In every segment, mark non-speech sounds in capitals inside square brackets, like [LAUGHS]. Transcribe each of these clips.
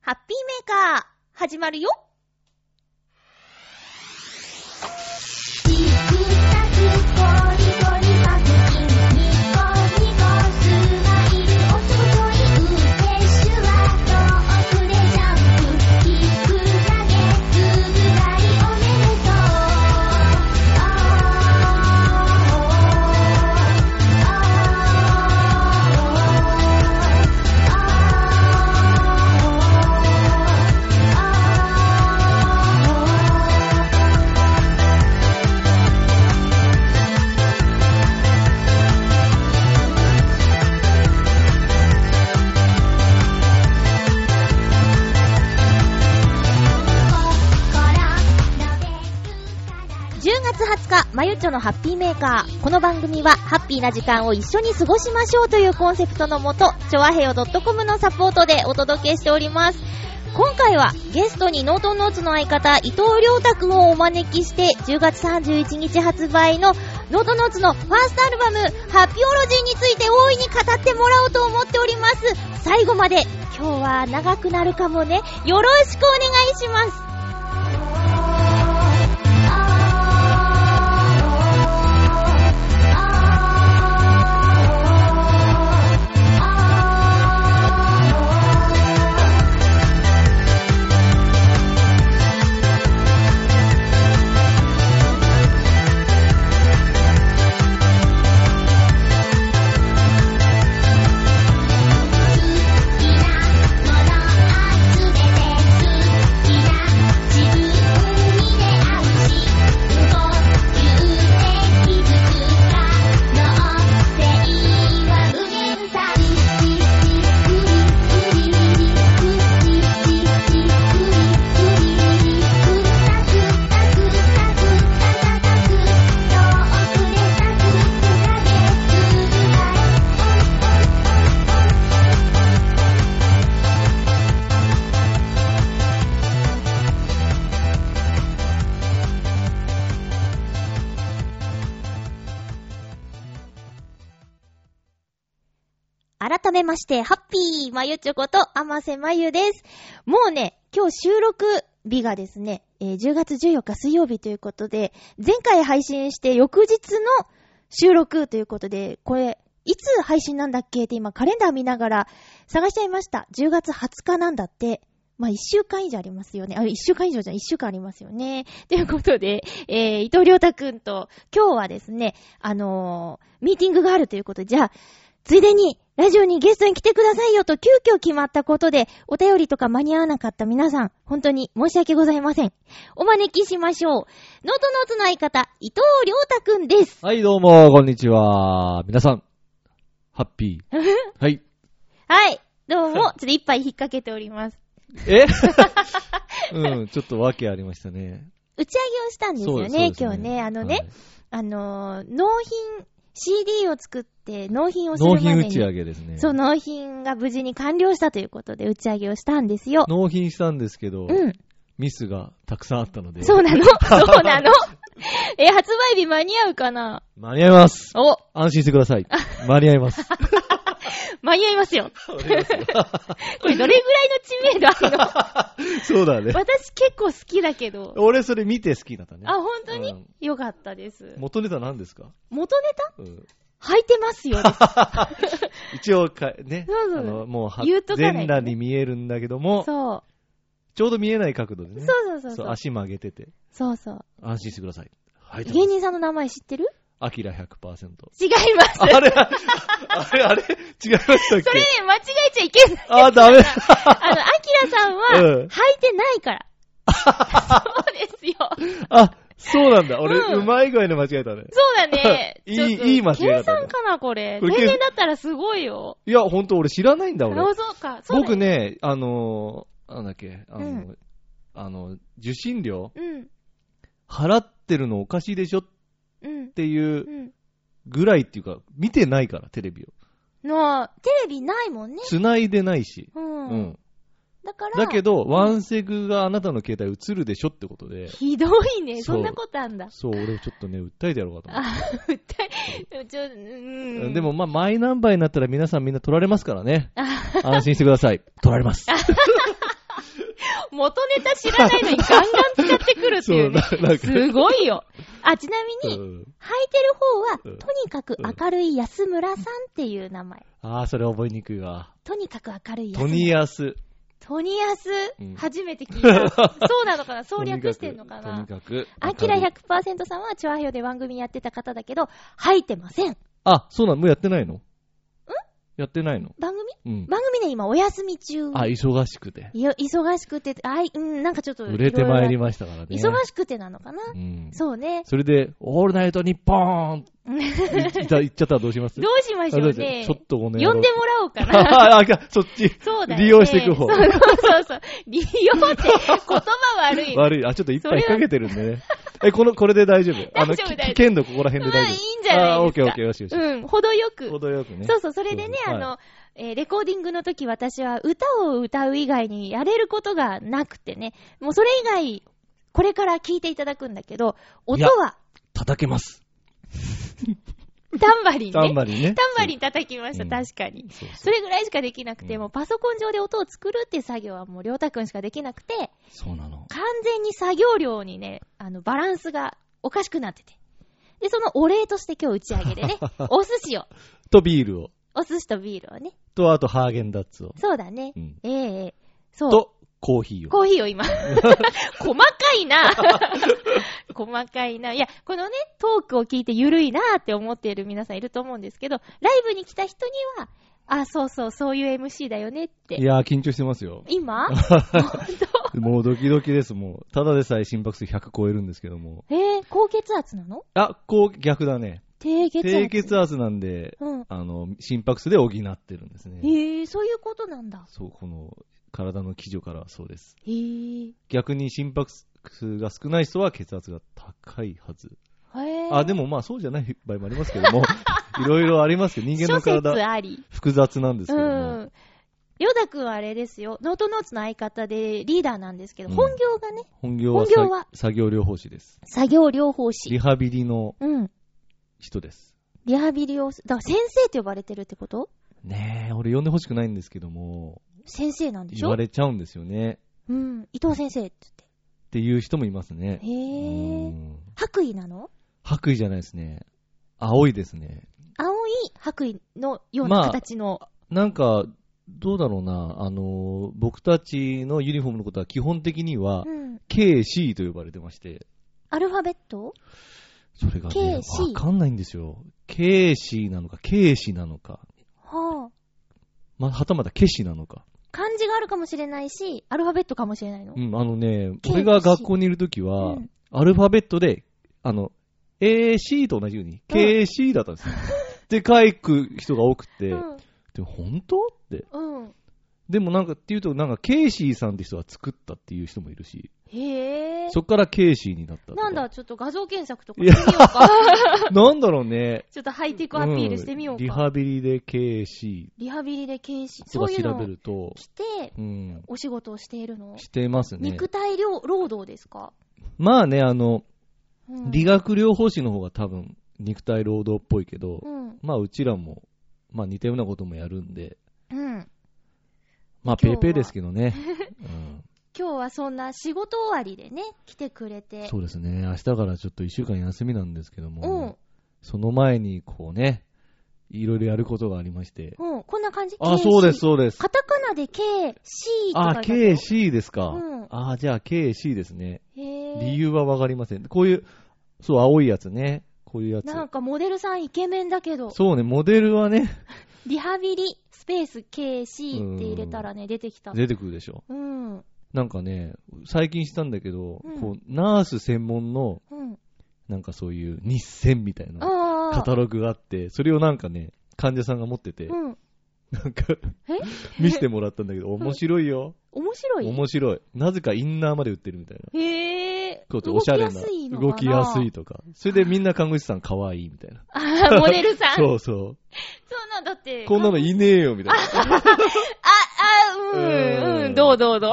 ハッピーメーカー、始まるよ「ちくさくゴリゴリパクキン」「ニコニコスマイル」「おちょこちょい腕シュワと遅れジャンプ」「ひくかげつぐらいおめでとう」「 10月20日、まゆっちょのハッピーメーカー。この番組は、ハッピーな時間を一緒に過ごしましょうというコンセプトのもと、ちょわへよ .com のサポートでお届けしております。今回は、ゲストにノートンノーツの相方、伊藤良太くんをお招きして、10月31日発売の、ノートンノーツのファーストアルバム、ハピオロジーについて大いに語ってもらおうと思っております。最後まで、今日は長くなるかもね。よろしくお願いします。好きなもの集めて好きなもの食べて好きなもの自分に出会うし動揺で気づくか脳性は無限大しふりふりふりふりふりふりふたくたくたくたたたくと遅れたく木陰すぐらい改めまして、ハッピーまゆちょこと、あませまゆです。もうね、今日収録日がですね、えー10月14日水曜日ということで、前回配信して翌日の収録ということで、これ、いつ配信なんだっけって今カレンダー見ながら探しちゃいました。10月20日なんだって。まあ、1週間以上ありますよね。あ、1週間以上じゃん。1週間ありますよね。ということで、えー、伊藤良太くんと今日はですね、あのーミーティングがあるということで、じゃあ、ついでに、ラジオにゲストに来てくださいよと急遽決まったことで、お便りとか間に合わなかった皆さん、本当に申し訳ございません。お招きしましょう。ノートノーツの相方、伊藤良太くんです。はい、どうも、こんにちは。皆さん、ハッピー。 [LAUGHS] はい。はい。どう [LAUGHS] も、ちょっと一杯引っ掛けております。え [LAUGHS] うん、ちょっと訳ありましたね。打ち上げをしたんですよそうね、です今日ね。あのね、はいあのー、納品、CD を作って納品をするま納でに。品打ち上げですね。そう、納品が無事に完了したということで打ち上げをしたんですよ。納品したんですけうど、ん。ミスがたくさんあったので、そうなのそうなの [LAUGHS] え、発売日間に合うかな間に合います。お、安心してください。間に合 [LAUGHS] います。間に合いますよ。これどれぐらいの知名度あるの [LAUGHS] そうだね。私結構好きだけど。俺、それ見て好きだったね。あ、本当に、うんよかったです。元ネタ何ですか、元ネタうん、履いてます [LAUGHS] よ。一応か、ね。そうそうあのもうは、言うとかないとね全裸に見えるんだけども、そう。ちょうど見えない角度でそね。うそうそうそそうう。足曲げてて。そうそう。安心してください。はい。芸人さんの名前知ってるアキラ100%。違います。 [LAUGHS] あれ、あれ、あれ、違いましたっそれねけ、間違えちゃいけ [LAUGHS] ない。あ、ダメだ。あの、アキラさんは、うん履いてないから。そうですよ。あ、そうなんだ。俺、うんうまい具合で間違えたね。そうだね。いいちょっといい間違いだ計ったね算かな、これ。これ天然だったらすごいよ。いや、ほんと俺知らないんだ、あ俺。そうか。そうだ僕。ね、あのー、なんだっけ、あのー、うあの、受信料うん。払ってるのおかしいでしょっうん。ていううん。ぐらいっていうか、見てないから、テレビを。の、テレビないもんね。繋いでないし。う。うんん。だから、だけど、ワンセグがあなたの携帯映るでしょってことで、ひどいね。そそうんなことあんだ。 [LAUGHS] そう、俺ちょっとね、訴えてやろうかと思ってあ、訴え、ちょ、うん。でも、、まあ、マイナンバーになったら皆さんみんな取られますからね。あ安心してください。取られます。元ネタ知らないのにガンガン使ってくるっていうね。そうななんかすごいよ。あ、ちなみに、うん履いてる方は、うんとにかく明るい安村さんっていう名前。ああ、それ覚えにくいわ。とにかく明るい安ト村。ニーアス。トニアス、うん初めて聞いた。そうなのかなと総に略かくしてんのかとになかく。アキラ100%さんは、チョアヘヨで番組やってた方だけど、履いてません。あ、そうなのもうやってないのんやってないの番組うん。番組ね、今お休み中。あ、忙しくて。いや忙しくて、あい、うん、なんかちょっと売れてまいりまましたからね。忙しくてなのかな、うん。そうね。それで、オールナイトニッポー [LAUGHS] ンいいた言っちゃったらどうしますどうしましょうね。あどうしちょっとごめん呼んでもらおうか [LAUGHS] な。あ、あそっち。そうだよ、ね。利用していく方そうそうそうそう。利用って言葉悪い。悪い。あ、ちょっと一杯かけてるんでね。え、この、これで大丈夫。あの、大丈夫大き丈夫危険度ここら辺でまあ大いい丈ん夫。じゃあ、なオいでッすケーか。オッケー、よしよし。うん、程よく。程よくね。そうそう、それでね、そうそあうはいの、えーレコーディングの時私は歌を歌う以外にやれることがなくてね、もうそれ以外、これから聞いていただくんだけど、音は叩けます。タンバリンね。タンバリンね。タンバリン叩きました、うん確かに。そうそうそれぐらいしかできなくて、うんもうパソコン上で音を作るっていう作業はもうりょうたくんしかできなくて、そうなの。完全に作業量にね、あの、バランスがおかしくなってて。で、そのお礼として今日打ち上げで [LAUGHS] ね、お寿司を、とビールを。お寿司とビールをね。と、あとハーゲンダッツを。そうだね。うんええええそう。と、コーヒーを。コーヒーを [LAUGHS] 今。細かいな。 [LAUGHS] 細かいな。いや、このね、トークを聞いてゆるいなって思っている皆さんいると思うんですけど、ライブに来た人には、あ、そうそう、そういう MC だよねっいて。やー、緊張してますよ。 [LAUGHS] 今本もうドキドキです、もう。ただでさえ心拍数100超えるんですけども。当えー、高血圧なのあ、こう、逆だね。低血圧。低血圧なんで、うん。あの、心拍数で補ってるんですね。へえー、そういうことなんだ。そう、この、体の基準からはそうです。へえー。逆に心拍数が少ない人は血圧が高いはず。へえー。あ、でもまあそうじゃない場合もありますけ [LAUGHS] ども、いろいろありますけど、人間の諸説体、あり。複雑なんですけども。うん。ヨダくんはあれですよ。ノートノーツの相方でリーダーなんですけど、うん本業がね、本業はさ本業は作業療法士です。作業療法リ士。ハビリのうん。人です。リハビリをす、だから先生って呼ばれてるってことねえ、俺呼んでほしくないんですけども、先生なんでし言ょわれちゃうんですよね。うん。伊藤先生ってっていう人もいます言っね。て。へうー。ん白衣なの白衣じゃないですね。青いですね。青い白衣のような形の。なんか、どうだろうな、あの、僕たちのユニフォームのことは基本的には、うん。 KC と呼ばれてまして、アルファベットそれがね、 KC わかんないんですよ。KC なのか、KC なのか、はあ。ま、はたまたケシなのか。漢字があるかもしれないし、アルファベットかもしれないのう。ん、あのね、 KC 俺が学校にいるときうは、んアルファベットで、あの、AC と同じように、うん KC だったん [LAUGHS] ですよ。で、書く人が多くて、うで本当って。ん。うん。でもなんかっていうと、なんか、ケイシーさんって人が作ったっていう人もいるし、へー。そっからケイシーになったとかなんだ、ちょっと画像検索とかいしてやみようか。なんだろうね。 [LAUGHS] ちょっとハイテクアピールしてみようか。んリハビリで KC リハビリで検視、とそかういう調のべをると、着て、うん、お仕事をしているの、してますね。肉体労労働ですか、まあね、あの、うん、理学療法士の方が多分、肉体労働っぽいけど、うん。まあ、うちらも、まあ、似たようなこともやるんで、うん。まあ、ペ今日ーはペーですけ [LAUGHS] どね。うん今日はそんな仕事終わりでね、来てくれて。そうですね。明日からちょっと一週間休みなんですけどうんも、。その前に、こうね、いろいろやることがありまして。うん。こんな感じあ、そうで KC す、。そうです。カタカナで K、C とかあ、書いてある。 KC ですか。うんあ、じゃあ KC ですね。へー理由はわかりません。こういう、そう、青いやつね。こういうやつ。なんかモデルさんイケメンだけど、そうね、モデルはね、リハビリ、スペース KC って入れたらね、出てきた。出てくるでしょ。うん。うん。なんかね、最近したんだけど、うんこう、ナース専門の、なんかそういう日線みたいなああ。カタログがあって、それをなんかね、患者さんが持ってて、うん。なん [LAUGHS] かえ見せてもらったんだけど、面白いよ。面白い面白い。なぜかインナーまで売ってるみたいな。へえ。ことおしゃれな。動きやすいのかな動きやすいとか。それでみんな看護師さん可愛いみたいな。あーモデルさん。そうそうそう。なんだって。こんなのいねえよみたいな。あ、あ、うん、ううん、んどうどうどう。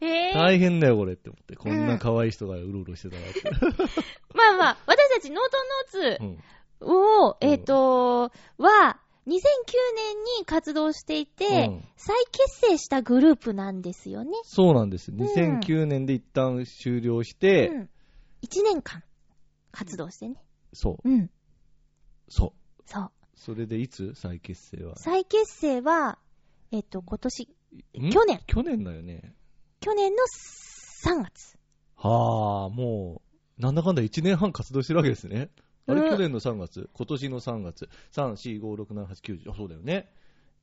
えー、 [LAUGHS] 大変だよ、これって思って。こんな可愛い人がうろうろしてた [LAUGHS] らって。まあまあ、私たちノートノーツうんを、えっ、と、は、 2009年に活動していて、うん再結成したグループなんですよね。そうなんです。ん2009年で一旦終了して、うん。1年間活動してね。そう、うん。そう。そう。それでいつ再結成は。再結成は、えっと、今年、ん去年、去年だよね。去年の3月。はあ、もう、なんだかんだ1年半活動してるわけですね。あれ、うん去年の3月、今年の3月、3、4、5、6、7、8、9、10あそうだよね。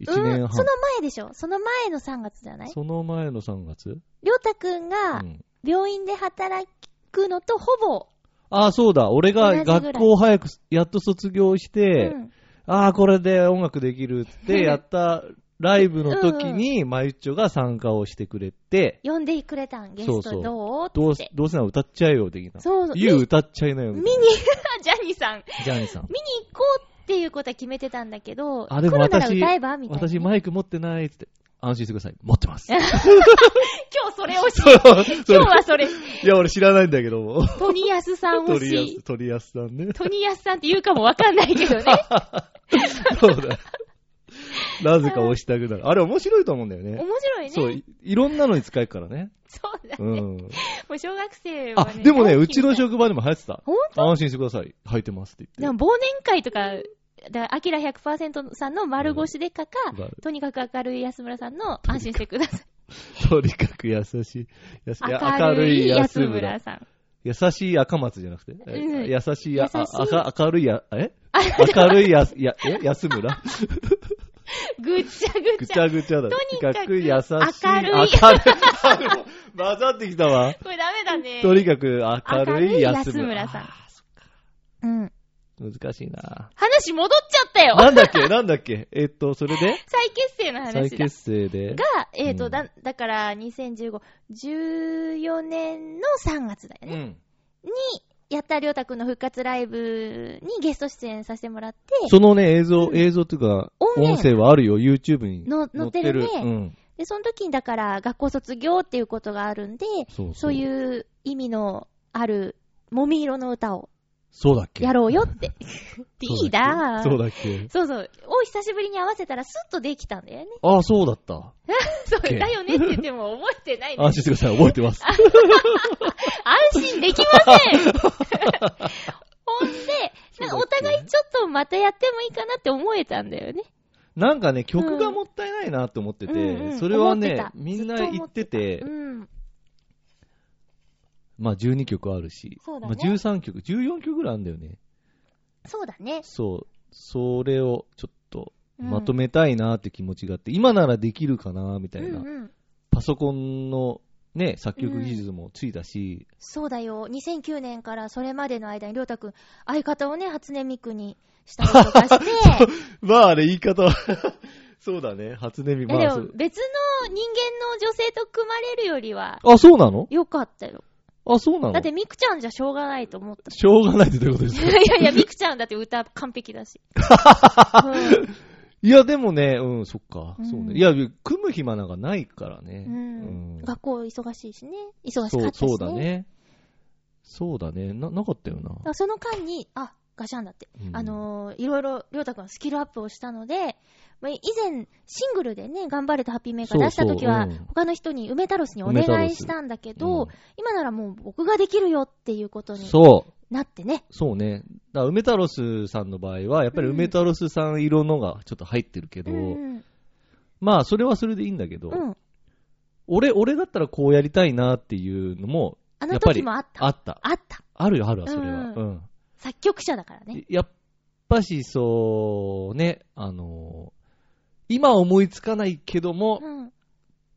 1うん年半。その前でしょその前の3月じゃないその前の3月、りょうたくんがうん病院で働くのとほぼ、ああ、そうだ。俺同がじぐらい学校を早くす、やっと卒業して、うんああ、これで音楽できるってやったライブの時に、まゆっちょが参加をしてくれて、呼んでくれたん、ゲそスうそトうどうって。どうせ、どうせなら歌っちゃえよ、的な。そうそう。ゆう歌っちゃいなよ、見みに [LAUGHS] たい、ジャニーさん、な。ジャニーさん。見に行こうっていうことは決めてたんだけど、あでも来るなら私歌えばみたいな。私、今マイク持ってないっつって。安心してください。持って [LAUGHS] ます。日それをし、そう、それ今日はそれ、いや、俺知らないんだけども。トニヤスさんと推りあえず、し、とりあえずさんね。トニヤスさんって言うかもわかんないけど [LAUGHS] ね。そうだ。なぜか押したくなる。あれ面白いと思うんだよね。面白いね。そそうう、いいろんなのに使えるからね。だ。もうん。う小学生はあね、。でもね、大好うきちの職場でも流行ってた。ほん安心してください。履いてますってで言っもて。忘年会とか、だアキラ100%さんの丸腰でかか、うんとにかく明るい安村さんの安心してください。とにかく優しい。優しい。明るい安村。さん。優しい赤松じゃなくて。えうん優しいや、優あしい赤明るいや、え明るいや、や、え安村ぐっちゃぐぐちちゃ。ゃぐちゃだ。とにかく優しい。明るい明るい。混ざってきたわ。これダメだね。とにかく明明るるいい安安村村ささんん。うん。難しいな話戻っちゃったよ。なんだっけなんだっけえっと、それで再結成の話だ。再結成で。が、えっ、と、うんだ、だから、2015、14年の3月だようね。ん。やったりょうたくんの復活ライブにゲスト出演させてもらって、そのね、映像、映像っていうか、音源音声はあるよ、YouTube に。の載ってるねうん。で、その時にだから学校卒業っていうことがあるんで、そうそう。そうう。いう意味のある、もみ色の歌をそうだっけやろうよっ [LAUGHS] て。いいなぁそうだっけそうそう。を久しぶりに合わせたらスッとできたんだよね。ああ、そうだった。そう、 Okay だよねって言っても覚えてないね。 [LAUGHS] 安心してください、覚えてます。安心できませんほん [LAUGHS] で、なんかお互いちょっとまたやってもいいかなって思えたんだよね。なんかね、曲がもったいないなって思ってて、うんうんそれは思ってねた、みんな言ってて、うん。まあ12曲あるし、そうだまあね13曲、14曲ぐらいあるんだよね。そうだね。そう、それをちょっとうんまとめたいなって気持ちがあって、今ならできるかなみたういな、んうん。パソコンのね、作曲技術もついたし、そうだよ。2009年からそれまでの間に、りょうたくん、相方をね、初音ミクにしたりとか [LAUGHS] して、まああれ言い方は、 [LAUGHS] そうだね、初音ミク、えでまあもそ別の人間うの女性と組まれるよりは、あ、そうなのよかったよ。あ、そうなのだってミクちゃんじゃしょうがないと思っ [LAUGHS] た。しょうがないってどういうことですかいやいや、ミクちゃんだって歌完璧だし。 [LAUGHS] うんいや、でもね、うん、そっか、うんそうね。いや、組む暇なんかないからね。うんうん学校忙しいしね。忙しそかうったしね。そうだ。ね。そうだね。な、なかったよな。その間に、あ、ガシャンだって。うんあのーいろいろ、りょうたくんスキルアップをしたので、まあ以前、シングルでね、頑張れとハッピーメーカー出した時は、そうそううん他の人に、梅太郎氏にお梅太郎願い氏したんだけど、うん今ならもう僕ができるよっていうことにそう。なってね。そうね。だから梅太郎スさんの場合は、やっぱり梅太郎スさん色のがちょっと入ってるけど、うん。まあ、それはそれでいいんだけど、うん。俺、俺だったらこうやりたいなっていうのも、あやのっぱり時もあった。あった。あった。あるよ、あるわ、それは。うんうん。作曲者だからね。やっぱし、そうね、あのー今思いつかないけども、うん。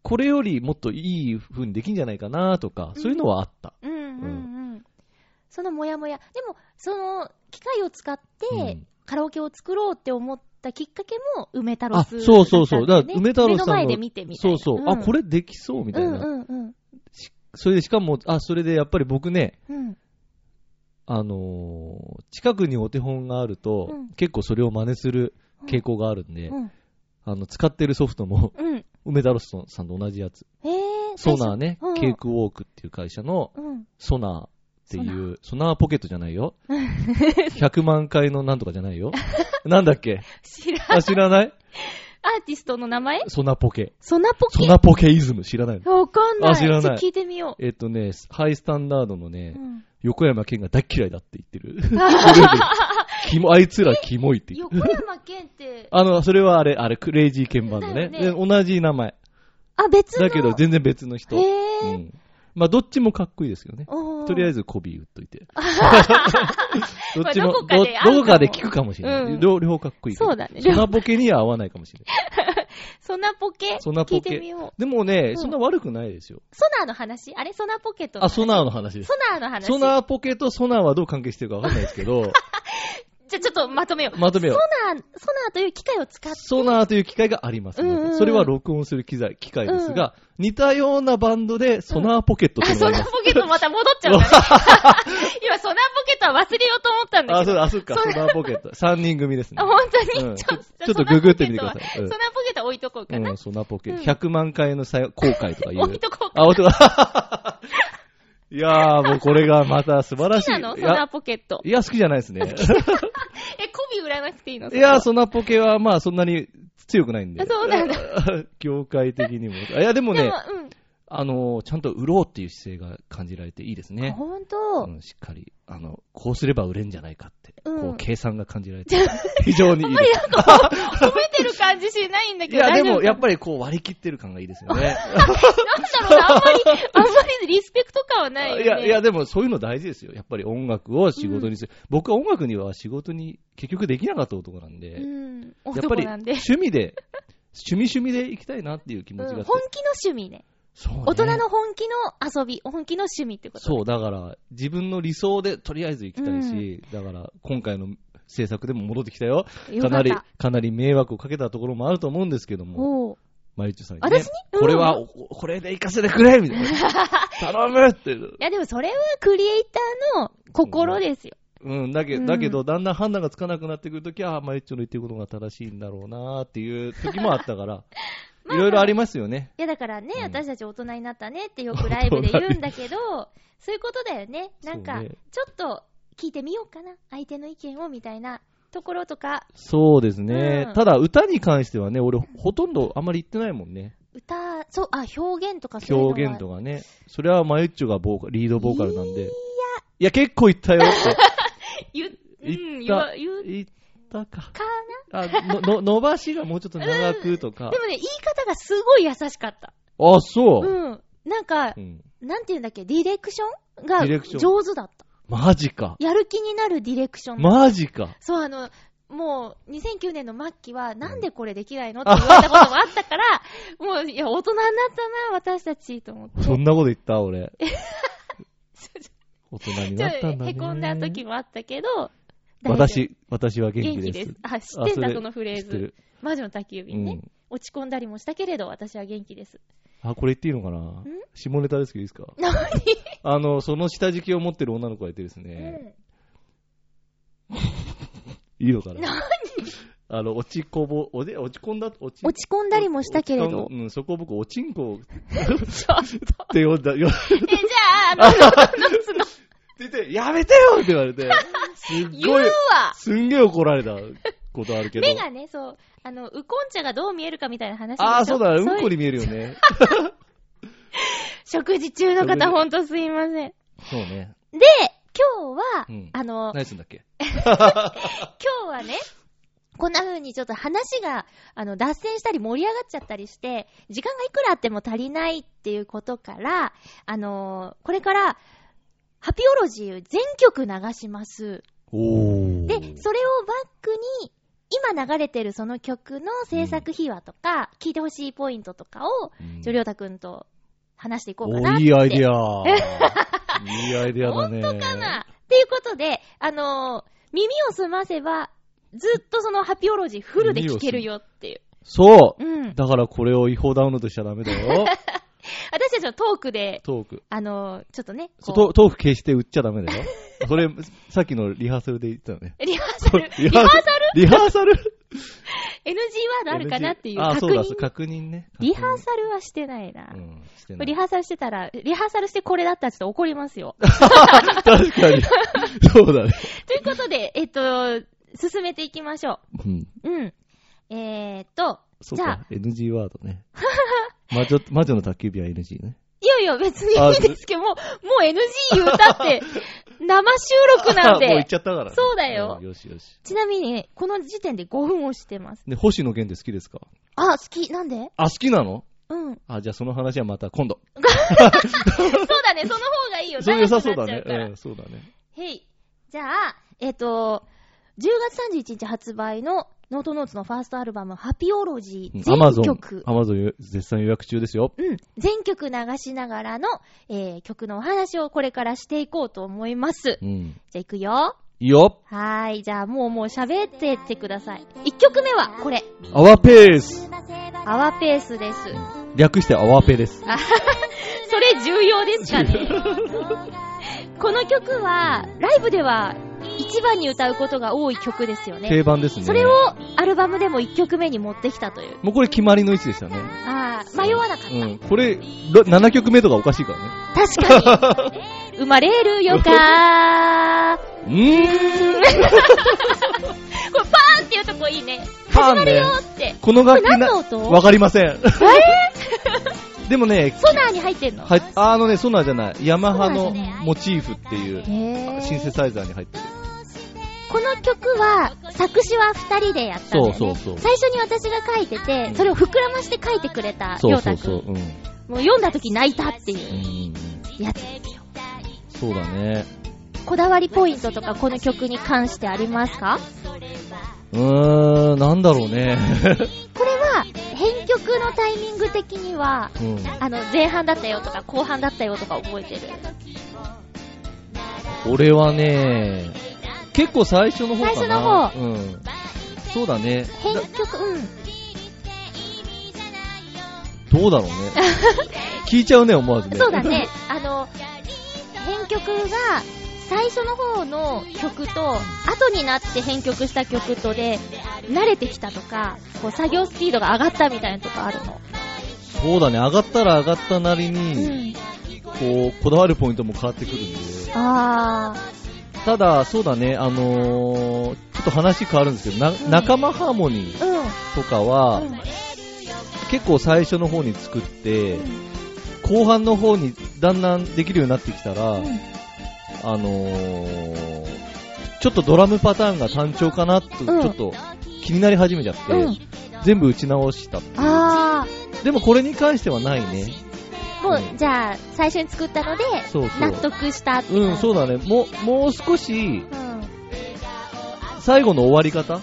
これよりもっといい風にできんじゃないかなとか、うんそういうのはあった。うんうんうん。そのモヤモヤ。でも、その機械を使って、うんカラオケを作ろうって思ったきっかけも、梅太郎あ、さんそうそうそう。だっだかたら、ん梅だよ太ね郎さんの。目の前で見てみたいそうな。そう。あ、これできそうみたいな。うんうんうん。それでしかも、あ、それでやっぱり僕ね、うん。あのー近くにお手本があると、うん結構それを真似する傾向があるんで、うん。あの、使ってるソフトも、 [LAUGHS] うん。へ梅田ロスさんと同じやつ。え。ソナーね、最初ケー。クウォークっていう会社のうん。ソナっていう、ソナーポケットじゃな [LAUGHS] いよ。100万回のなんとかじゃないよ。なんだっけ知らん。あ、知らないアーティストの名前ソナポケ。ソナポソケナポケイズム知らないのわかんない。あ知らないちょっと聞いてみよえっとね、ハイスタンダードのね、う。うん横山健が大嫌いだって言っ [LAUGHS] てる。グループでキモあいつらキモいって言って横山健って、あの、それはあれ、あれ、クレイジー鍵盤のね。だよで同じ名前。あ、別の。だけど、全然別の人。へうぇー。ん。まあ、どっちもかっこいいですけどね。おーとりあえず、コビ打っと [LAUGHS] いて。どっちまもあどこ、かどで合うかもどこかで聞くかもしれなうい。ん両両方かっこいいけど。そうだねソナポケには合わないかもしれない。ソナポケソナポケ聞いてみよう。でもう、ねんそんな悪くないですよ。ソナーの話あれソナポケと。あ、ソナーの話ですソ。ナーの話。ソナーポケとソナーはどう関係してるかわかんないですけ [LAUGHS] ど、じゃ、ちょっとまとめよう。まとめようソ。ナー、ソナーという機械を使って。ソナーという機械がありますうんうんうんそれは録音する機材、機械ですが、似たようなバンドでソナーポケットってあ、いうのソナがあります。ポケットまた戻っ [LAUGHS] ちゃうからね。今、ソナポケットは忘れようと思ったんだあ、けそど。うだ、あ、そっか、ソソナナーポケット。3人組ですねあ、。本当に、うんちょっとちょちょっとググってみてくださいソナポケットはうんソナポケットは置いとこうかうな。ん、ソナーポケ。うん100万回の再後悔とかいう。置いとこうかあ、置いとこう [LAUGHS] いやー、もうこれがまた素晴ら好しきい。なのいソやナポケット。いや、好きじゃないですね。え、コビ売らなくていいのいや、ソナーポケはまあそんなに強くないんであ。そうなんだ。 [LAUGHS] 業界的にも。いや、でもでねも、、うん。あのー、ちゃんと売ろうっていう姿勢が感じられていいですね。ほんとう。ん、しっかり、あの、こうすれば売れんじゃないかって、うんこう計算が感じられて、非常にいい [LAUGHS] です。褒めてる感じしないんだいけど。や、でも、やぱっぱりこう割り切ってる感がいいですよね。なんだろうな、あんまり、あんまりリスペクト感はないよ、ね。いや、いや、でもそういうの大事ですよ。やっぱり音楽を仕事にする。僕は音楽には仕事に結局できなかった男なんで、うん、やっぱ男りなんで。趣味で、趣味趣味で行きたいなっていう気う持ん、ち本気のがあって、趣味ね。そうね大人の本気の遊び、本気の趣味ってことね。そう、だから、自分の理想でとりあえず行きたいし、だから、今回の制作でも戻ってきたよよ。かかったなり、かなり迷惑をかけたところもあると思うんですけども、おうマリッチョさんに、ね。私にうんこれは、おこれで行かせてくれみた [LAUGHS] いな。頼むって。いや、でもそれはクリエイターの心ですよ。うん、だけうんだけど、だんだん判断がつかなくなってくるときは、あーマリッチョの言ってることが正しいんだろうなーっていう時もあったから、 [LAUGHS] いろいろありますよね。いや、だからね、うん私たち大人になったねってよくライブで言うんだけ [LAUGHS] ど、そういうことだよね。なんそか、うねちょっと聞いてみようかな。相手の意見をみたいなところとか、そうですね。うんただ、歌に関してはね、俺、ほとんどあんまり言ってないもんね。歌、そう、あ、表現とかそういうのは表現とかね。それはマリッチョがボーカルリードボーカルなんで。いや、結構言ったよって。言う、 [LAUGHS] うん、言っ言たわ、言う言ったか。かあのの伸ばしがもうちょっと長くとな。かで。もね、言い方がすごい優しかった。あ、そう、うん。なんかう、んなんていうんだっけ、ディレクションがディレクション上手だった。マジか。やる気になるディレクション。マジか。そう、あの、もう、2009年の末期は、なんでこれできないのって言われたことがあったから、もう、いや、大人になったな、私たち、と思って。そんなこと言った [LAUGHS] 俺。大人になっちたょんっだとね。へこんだ時もあったけど、大丈夫、私、私は元元気気です。です。あ、知ってんあだ、れそのフレ知ーってズる。魔女の宅急う便ね。ん。落ち込んだりもしたけれど、私は元気です。あ、これ言っていいのかな下ネタですけどいいですか何あの、その下敷きを持ってる女の子がいてですね、いいのかなあの、落ちこぼ、おで、落ち込んだ、落ち落ち込んだりもしたけれど落ち。込んうん、そこを [LAUGHS] 僕、おちんこちょっと。って呼んだ、呼え、んだじゃあ、あの、って言って、やめてよって言われて、すっ言うごい、わすんげえ怒られたことあるけど。目がね、そう、あの、ウコン茶がどう見えるかみたいな話でしょああ、そうだ、ういんこに見えるよね。食事中の方、ほんとすいません。で、そうね。今日は、うんあの、今何すんだっけ日はね、こんな風にちょっと話が、あの、脱線したり盛り上がっちゃったりして、時間がいくらあっても足りないっていうことから、あのーこれから、ハピオロジー全曲流します。おー。で、それをバックに、今流れてるその曲の制作秘話とか、聞いてほしいポイントとかを、うんジョリョータくんと話していこうかなおって。いいアイディア。 [LAUGHS] いいアイディアだね。本当かなっていうことで、あのー耳を澄ませば、ずっとそのハピオロジーフルで聴けるよっていう。そうう、ん。だからこれを違法ダウンロードしちゃダメだよ。私たちのトークで、トーク。あのーちょっとね、そうこトトーク決して売っちゃダメ [LAUGHS] だよ。それ、さっきのリハーサルで言ってたよね。う、リハーサル、リハーサルリハーサル NG ワードあるかなっていう NG あ、確そうだ、そう認。確認ね。確認リハーサルはしてないな。うん、してこなれリ。いハーサルしてたら、リハーサルしてこれだったらちょっと怒ります [LAUGHS] よ。確 [LAUGHS] かに。そうだね。ということで、えっと、進めていきましょうん。う。うん。えーっと、そうじゃあか、NG ワード [LAUGHS] ね。魔女、魔女の卓球日は NG ね。いやいや別にあいいですけど、もう、もう NG 歌って、生収録なん [LAUGHS] もう行っで。ちゃったからね。そうだよんよしよし。ちなみにね、この時点で5分をしてます。で、星野源で好きですかあ、好き。なんであ、好きなのうん。あ、じゃあその話はまた今度。そうだね、その方がいいよ。 [LAUGHS] それ良さそうだ長ねく。なっちゃうからうん、そうだね。へい。じゃあ、えっ、と、10月31日発売のノートノーツのファーストアルバム、ハピオロジー、アマゾ全ン曲、。アマゾン絶賛予約中ですよ。うん、全曲流しながらの、えー曲のお話をこれからしていこうと思います。うん。じゃあ行くよ。いいよはーい。じゃあもうもう喋ってってください。1曲目はこれ。アワペースアワペースです。略してアワペです。あははそれ重要ですかね。この曲は、ライブでは一番に歌うことが多い曲ですよね。定番ですね。それをアルバムでも1曲目に持ってきたという。もうこれ決まりの位置でしたね。ああ、迷わなかっうん。これ、ろ7曲目とかおかしいからね。た。確かに。生まれるよかー。うーん。これパーンっていうとこいいね。パー始まンねるよって。この楽器これ何の音わかりません。 [LAUGHS] でもね、ソナーに入ってんのはい、あのね、ソナーじゃない、ヤマハソナのーじゃモチーフっていうへ、ーシンセサイザーに入ってる。この曲は、作詞は二人でやったんだよね。そうそうそう最初に私が書いてて、それを膨らまして書いてくれた、りそょううそたうくそんう。。うん。うんもう読んだ時泣いたってうんう。いうんやつですよ。そうだね。こだわりポイントとかこの曲に関してありますかうーん、なんだろう [LAUGHS] ね。これは、編曲のタイミング的には、うん。あの、前半だったよとか後半だったよとか覚えてる。俺はね、結構最初の方かな。最初の方。うん。そうだね。編曲、うん。だどう [LAUGHS] だろうね。聞いちゃうね、思わずね。そうだね。。あの、編曲が、最初の方の曲と、後になって編曲した曲とで、慣れてきたとか、こう作業スピードが上がったみたいなとかあるの。 [LAUGHS] そうだね、上がったら上がったなりうに、ん。こう、こだわるポイントも変わってくるんで。あただ、そうだね、あのー、ちょっと話変わるんですけど、な、ん仲間ハーモニーー、うん。とかは、うん結構最初の方に作って、後半の方にだんだんできるようになってきたら、うんあのー、ちょっとドラムパターンが単調かなと、うんちょっと気になり始めちゃって、うん全部打ち直した。あでもこれに関してはないね。ー、もう、じゃあ、最初に作ったので、そうそう納得したってうん、う。そうだね。もう、もう少し、うん。最後の終わり方、うん。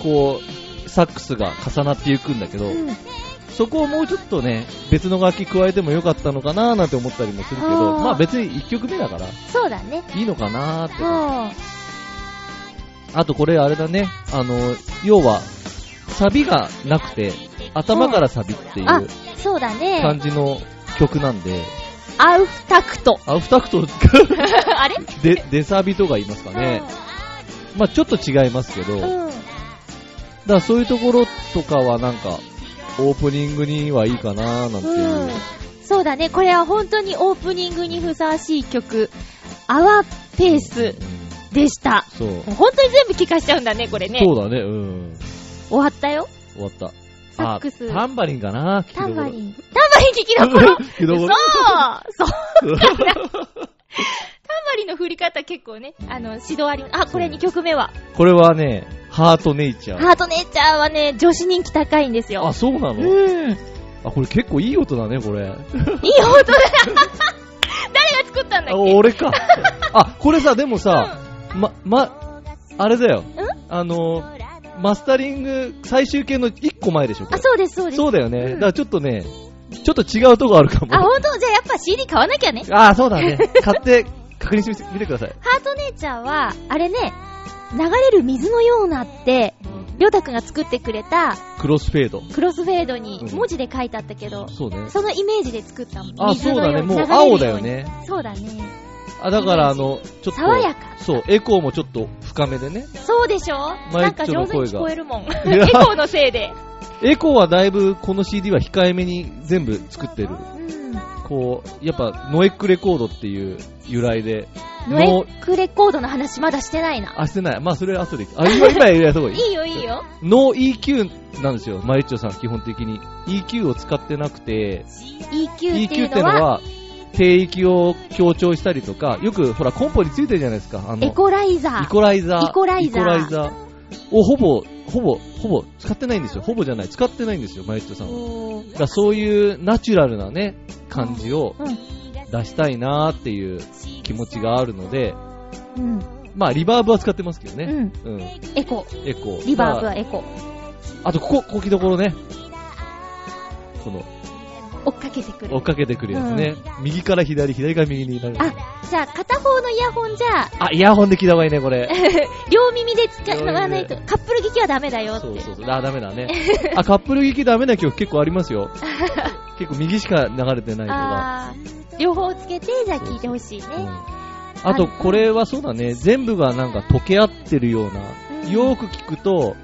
こう、サックスが重なっていくんだけど、うんそこをもうちょっとね、別の楽器加えてもよかったのかなーなんて思ったりもするけど、あーまあ別に1曲目だから、そうだね。いいのかなーってう。ん。あとこれあれだね、あの、要は、サビがなくて、頭からサビっていあう、そうだ感ね。じの曲なんで、アウタクト。アフタクト、あれで、デサビとか言いますかね。まあちょっと違いますけど、うだかん。うん。らそういうところとかはなんか、オープニングにはいいかなーなんていう。うん、そうだね、これは本当にオープニングにふさわしい曲、アワーペースうんでした。そう。もう本当に全部聞かしちゃうんだね、これね。そうだね、うん。終わったよ。終わった。サックスあタンバリンかなタンバリン。タンバン。リン聞きどころ聞きどころそうそうタンバリンの振り方結構ね、あの、指導あり、あ、これ2曲目は。これはね、ハートネイチャー。ハートネイチャーはね、女子人気高いんですよあ、。そうなうのん。いいあ、これ結構いい音だね、これ。音だ誰が作ったんだあっけ [LAUGHS] 俺か。あ、これさ、でもさ、ま、ま、あれだよ。あの、マスタリング最終形の1個前でしょ、こあ、れ。そうです、そうです。そうだようんね。だからちょっとね、ちょっと違うとこあるかもあ、。本当じゃあやっぱ CD 買わなきゃね。あ、そうだね。買って確認してみてください。ハートネイチャーは、あれね、流れる水のようなって、りょうたくんが作ってくれたクロスフェード。クロスフェードにうん文字で書いてあったけど、そうね。そのイメージで作ったもん。あ、水そうのだよね。うにもう流れるよ青にだよ。ね。そうだね。あ、だからあの、ちょっと、爽やかそう、エコーもちょっと深めでね。そうでしょマなイんかクと上の手に声が聞こえるもん。いやエコーのせいで。エコーはだいぶこの CD は控えめに全部作ってる。うん。こう、やっぱノエックレコードっていう由来で、ノエックレコードの話まだしてないな。あ、してない。まあそれ後で、あ、今、今やるとこいいいいよいいよ。ノー EQ なんですよ、マユッチョさん、基本的に。EQ を使ってなくて、 EQ ってい EQ うってののは、は、低域を強調したりとか、よく、ほら、コンポについてるじゃないですか。あの、エコライザー。イコライザー。イコライザーイコザーをほぼ、ほぼ、ほぼ使ってないんですよ。ほぼじゃない、使ってないんですよ、マユッチョさんは。おーだからそういうナチュラルなね、感じをう出したいなーっていう気持ちがあるので、ん。まあ、リバーブは使ってますけどうん。ね。うん。うん。エコ。エコー。リバーブまあはエコ。あと、ここ、こきどころね。この、追っかけてくる追っ。かけてくるやつね。右から左、左から右になる。あ、じゃあ片方のイヤホンじゃ、 [LAUGHS] あ、イヤホンで聞いた方がいいね、これ。両耳で使両耳でわないと、カップル聞きはダメだよって。そうそうそう。あ、ダメだね。あ、カップル劇ダメな曲結構ありま [LAUGHS] すよ。結構右しか流れてないとか。あー両方つけて、じゃあ聞いてほしいね。うんあと、これはそうだね、全部がなんか溶け合ってるような、うんよーく聞くと、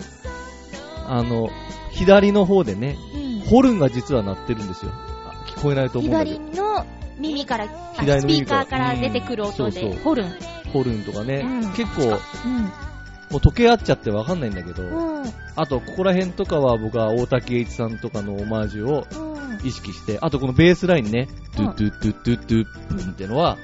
あの、左の方でね、うんホルンが実は鳴ってるんですよ。あ聞こえないと思うんだけ左ど。の耳から、あ左スのピー耳カからーから出てくる音うんそうで、そうホルン。ホルンとかね、うん結構、もうう溶け合っちゃってわかんないんだけど、ん。うん。うん。あと、ここら辺とかは僕は大竹栄一さんとかのオマージュを意識して、あとこのベースラインね、うドんゥドゥドゥドゥドゥブンってのは、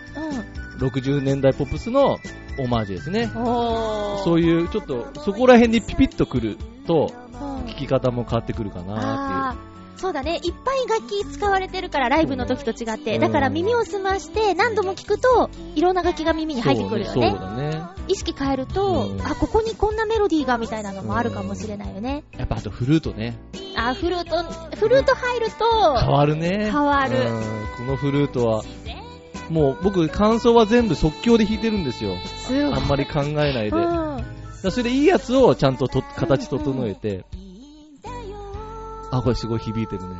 60年代ポップスのオマージュですね。うん。おー。そういう、ちょっと、そこら辺にピピッとくると、うん聴き方も変わってくるかなあーそうだね。いっぱい楽器使われてるから、ライブの時と違って。うんだから耳を澄まして、何度も聞くと、いろんな楽器が耳ーにって入っていう。くるよそうね。ねそうだね。意識変えると、うんあ、ここにこんなメロディーが、みたいなのもあるかもしれないよね。やっぱあとフルートね。あ、フルート、フルート入る変と、わるね。変わるうんこのフルートは、もう僕感想は全部即興で弾いてるんですよ。すごいあんまり考えないで。うだかん。らそれでいいやつをちゃんとと形整えて、あ、これすごい響いてるね。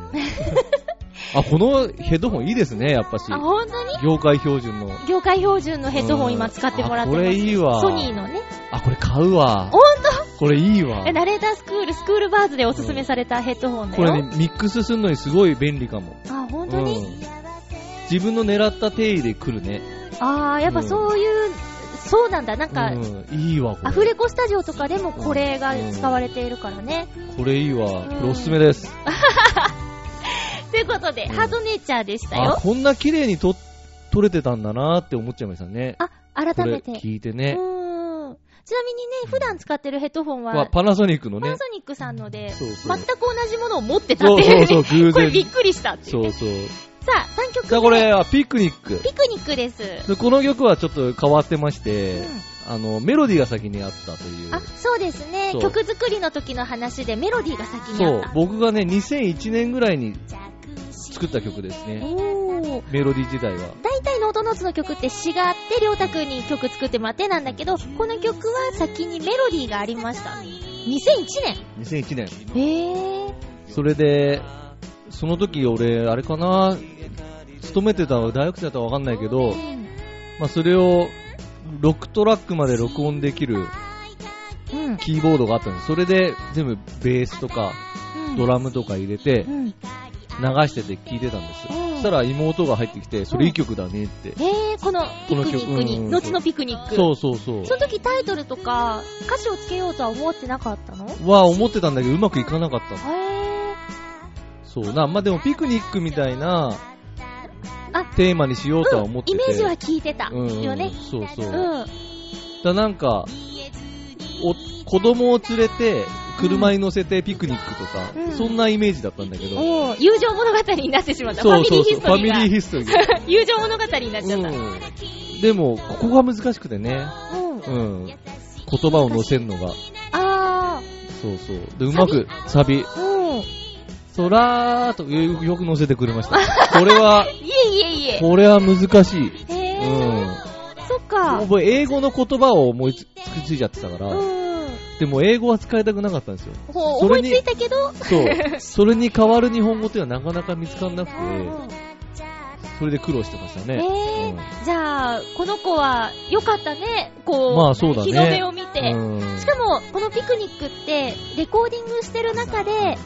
[LAUGHS] あ、このヘッドホンいいですね、やっぱし。あ、本当に業界標準の。業界標準のヘッドホン今使ってもらってます。うんあこれいいわソニーのね。あ、これ買うわ。ほんとこれいいわえ。ナレータースクール、スクールバーズでおすすめされたヘッドホンだこよ。れね、ミックスするのにすごい便利かも。あ、本当に、うん自分の狙った定位で来るね。あー、やっぱそういう、そうなんだ。なんか、うん、いいわ、こアフれ。レコスタジオとかでもこれが使われているからね。これいいわ。うんこれおすすめです。ということで、うんハードネイチャーでしたあ、よ。こんな綺麗にと撮れてたんだなーって思っちゃいましたね。あ、こ改れめて。う聞いてね。ーん。ちなみにね、普段使ってるヘッドホンは、わパナソニックのパねナ。ソニックさんので、そうそう全く同じものを持ってたそっうてそいうそうね。、偶これびっ然。くりしたっていうそね、うそう。さあ、3曲目。じゃあこれはピクニック。ピクニックです。でこの曲はちょっと変わってまして、うんあの、メロディーが先にあったというあ。、そうですね。そう曲作りの時の話でメロディーが先にそあっうた。、僕がね、2001年ぐらいに作った曲ですね。おー。メロディー時代は。大体ノートノーツの曲って詩があって、りょうたくんに曲作ってもらってなんだけど、この曲は先にメロディーがありました。2001 2001年。年へー。それで、その時俺、あれかな、勤めてた、大学生だったかわかんないけど、まあ、それを6トラックまで録音できるうん。うん。キーボードがあったんです。それで全部ベースとかドラムとか入れてうん。へ流してて聴いてたんです。そうんしたら妹が入ってきて、それいい曲だねって。ー、このピクニックこの曲うんに、後のピクニック。そうそうそう。その時タイトルとか、歌詞をつけようとは思ってなかったのへは思ってたんだけどうまくいかなかったのー。そうな。まあ、でもピクニックみたいなあテーマにしようとは思うっん、てイて。メージは聞いてた。うんうんよね。そうそうう。だかん。らなんか、お子供を連れて車に乗せてピクニックとか、うんそんなイメージだったんだけど。おー友情物語になってしまった。ファそうミそリーうヒそう。スフトァリーミが。リーヒストリー。 [LAUGHS] 友情物語になっ [LAUGHS] ちゃった。うん。うん、でも、ここが難しくてね、うん、言葉を乗せるのが、あそうそう。で、うまく、サビ、ー、うん。いそらーとよよく乗せてくれました。これは、えいえいえ。これは難しい。へうー、ん。そっか。うん。僕、英語の言葉を思いつつくついちゃってたから、でも英語は使いたくなかったんですよ。こうそ思れいつにいたけど、そう。それに代わる日本語っていうのはなかなか見つかんなくて、うんそれで苦労してましたね。えーじゃあ、この子は良かったね。こう、まあそうだね日の目を見て。うんしかも、このピクニックって、レコーディングしてる中で、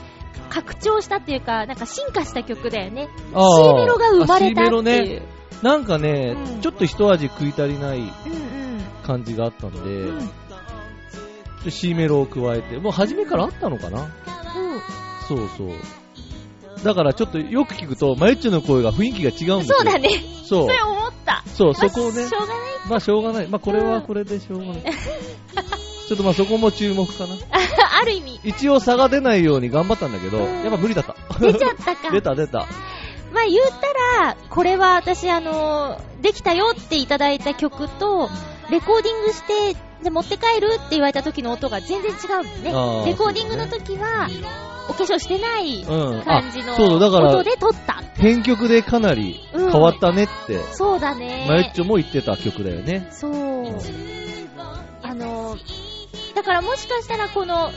拡張したっていうか、なんか進化した曲だよね。あー C メロが生まれたっていあ C メロう。ねなんかね、うんちょっと一味食い足りないうん感じがあったんで、うん。うん。うん。で C メロを加えて、もう初めからあったのかなそうそう。だからちょっとよく聞くと、まゆっちょの声が雰囲気が違うんですよ。そうだね。そそうれ。思った。そう、そこをねまあし、ょうがない。 [LAUGHS] まあしょうがない。まあこれはこれでしょうがない。ちょっとまあそこも注目かな。ある意味。一応差が出ないように頑張ったんだけど、うんやっぱ無理だった。。出ちゃったか出た出た。まあ言ったら、これは私あのーできたよっていただいた曲と、レコーディングして、じゃあ持って帰るって言われた時の音が全然違うもんねあー。レコーディングの時は、お化粧してないうん。あ感じの、そうだから音で撮った。編曲でかなり変わったねって、そうだマユッね。チョも言ってた曲だよね。そううん。あのーだからもしかしたらこの、ね、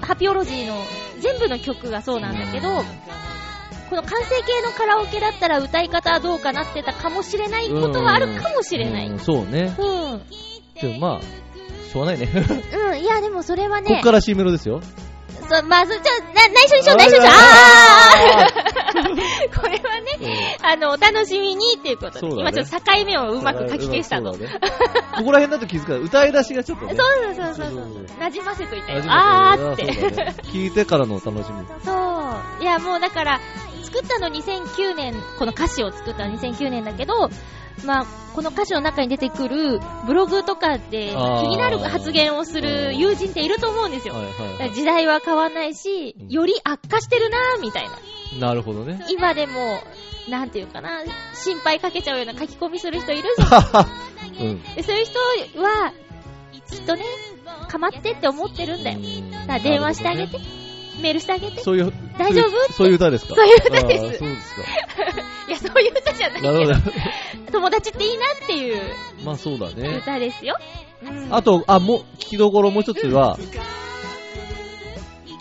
ハピオロジーの全部の曲がそうなんだけど、この完成形のカラオケだったら歌い方はどうかなってたかもしれないことはあるかもしれない。ううんん。そうね。うん。でもまあ、しょうがないね。いや、でもそれは [LAUGHS] こっね、から C メロですよ。そうまあ、そちょ、な、内緒にしよう、内緒にしよう、ああー [LAUGHS] これはね、あの、お楽しみにっていうことで、そうだね今ちょっと境目をうまく書き消したの。そうだねここら辺だと気づかない。歌い出しがちょっとそね。うそうそうそそううそうそ。なじませといて初め、てあーって。そうだね聞いてからのお [LAUGHS] 楽しみ。そう。いや、もうだから、作ったの2009年、この歌詞を作ったの2009年だけど、まあ、この歌詞の中に出てくるブログとかで気あーになる発言をする友人っていると思うんですよ。はいはいは時代は変わんないしうん、より悪化してるなぁ、みたいな。い。なるほどね。今でも、なんていうかな、心配かけちゃうような書き込みする人いるじゃん。 [LAUGHS] うん。でそういう人は、きっとね、かまってって思ってるんだよ。だから電話してあげて、メールしてあげて。そういう、大丈夫そういう歌ですかそういう歌ですあーそうですいや、そういう歌じゃないか。けなる [LAUGHS] ど、ほ友達っていいなっていうど。まあそうだね。歌ですよ。うんあと、あ、もう、聞きどころもう一つは、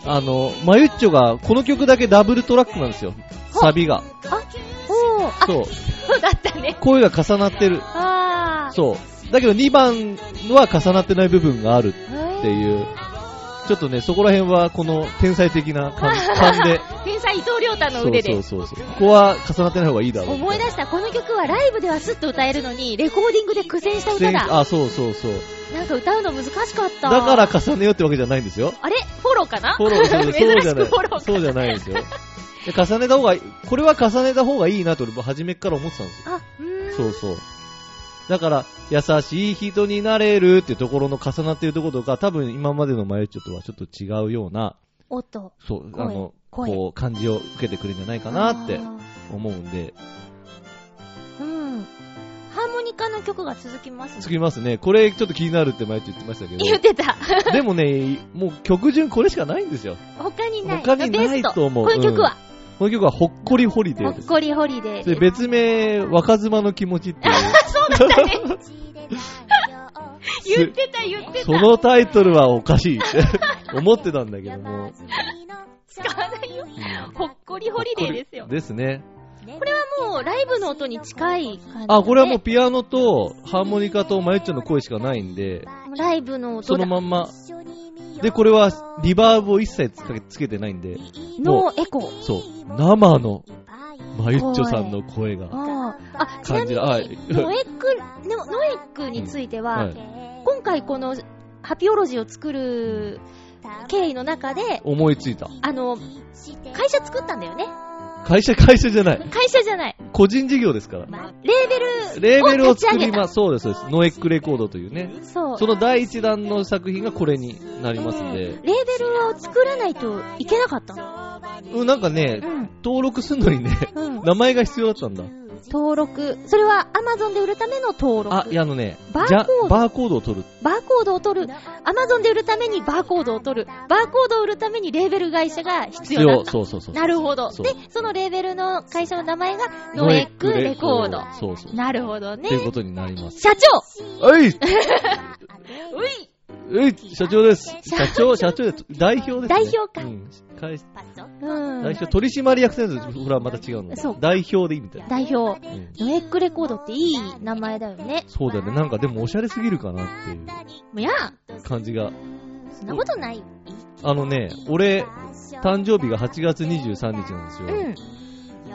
あの、まゆっちょが、この曲だけダブルトラックなんですよ。サビが。あ、おー、あ、そう。そうだったね。声が重なってる。あー。そう。だけど2番は重なってない部分があるへってーいう。ちょっとね、そこら辺はこの天才的な [LAUGHS] 感感で。天才伊藤亮太のそ腕うでそう。そうそう。ここは重なってない方がいいだろう。思い出した、この曲はライブではスッと歌えるのに、レコーディングで苦戦した歌全だ。あ、そうそうそう。なんか歌うの難しかった。だから、重ねようってわけじゃないんですよ。あれフォローかなフォローするそ [LAUGHS] う珍じゃしなくいフォロー。かそうじゃないですよ。で重ねた方がいい、これは重ねた方がいいなと俺も初めっから思ってたんですよ。あ、うーん。そうそう。だから、優しい人になれるってところの重なってるところが多分今までのマユッチョとはちょっと違うような、音。そう、あ声の、声こう、感じを受けてくれるんじゃないかなって思うんで、あーうん。ハーモニカの曲が続きますね。作りますね。これちょっと気になるって前言ってましたけ言っど、てた。 [LAUGHS] でもね、もう曲順これしかないんですよ。他にない。他にないと思うベストこの曲は、この曲はほっこりホリデほーっです。こりホリデーで、です。別名、若妻の気持ち [LAUGHS] っていう。そうなんだね。言ってた、言ってた。 [LAUGHS] そのタイトルはおかしいって [LAUGHS] 思ってたんだけども。使わないよ。うんほっこりホリデーですよ。ですね。これはもう、ライブの音に近い感じ、あ、これはもう、ピアノとハーモニカとマユッチョの声しかないんで、ライブのそ音だのまんま。で、これはリバーブを一切つけつけてないんで、ノーエコー。そう、生のマユッチョさんの声があーあ、ちな感みじに、ら、はい。 [LAUGHS] ノエック、ノノエックについては、はい今回このハピオロジーを作る経緯の中で、思いついた。あの、会社作ったんだよね。会社、会社じゃない。会社じゃない。個人事業ですから。レーベレルーをベルを立ち作上げりた。ます。そうです、そうです。ノエックレコードというね。そう。その第一弾の作品がこれになりますんレでー。ベルを作らないといけなかったの。うん、なんかね、うん。登録するのにね、 [LAUGHS] うん。名前が必要だったんだ。登録。それは Amazon で売るための登録。あ、いや、あのね、バーコードじゃバーコードを取る。バーコードを取る。Amazon で売るためにバーコードを取る。バーコードを売るためにレーベル会社が必要だった。そうそうそう。なるほど。そでう、そのレーベルの会社の名前がノエックレコード。そうそう。なるほどとね。いうことになります。社長はういいえい社長です。社長、社長です。代表です、ね。代表かうん。会パソコンうん。代表、取締役先生、ほら、また違うの。そう代表でいいみたいな。代表。うんノエックレコードっていい名前だよね。そうだよね。なんかでも、おしゃれすぎるかなっていういや、感じが。そんなことない。あのね、俺、誕生日が8月23日なんですよ。うん。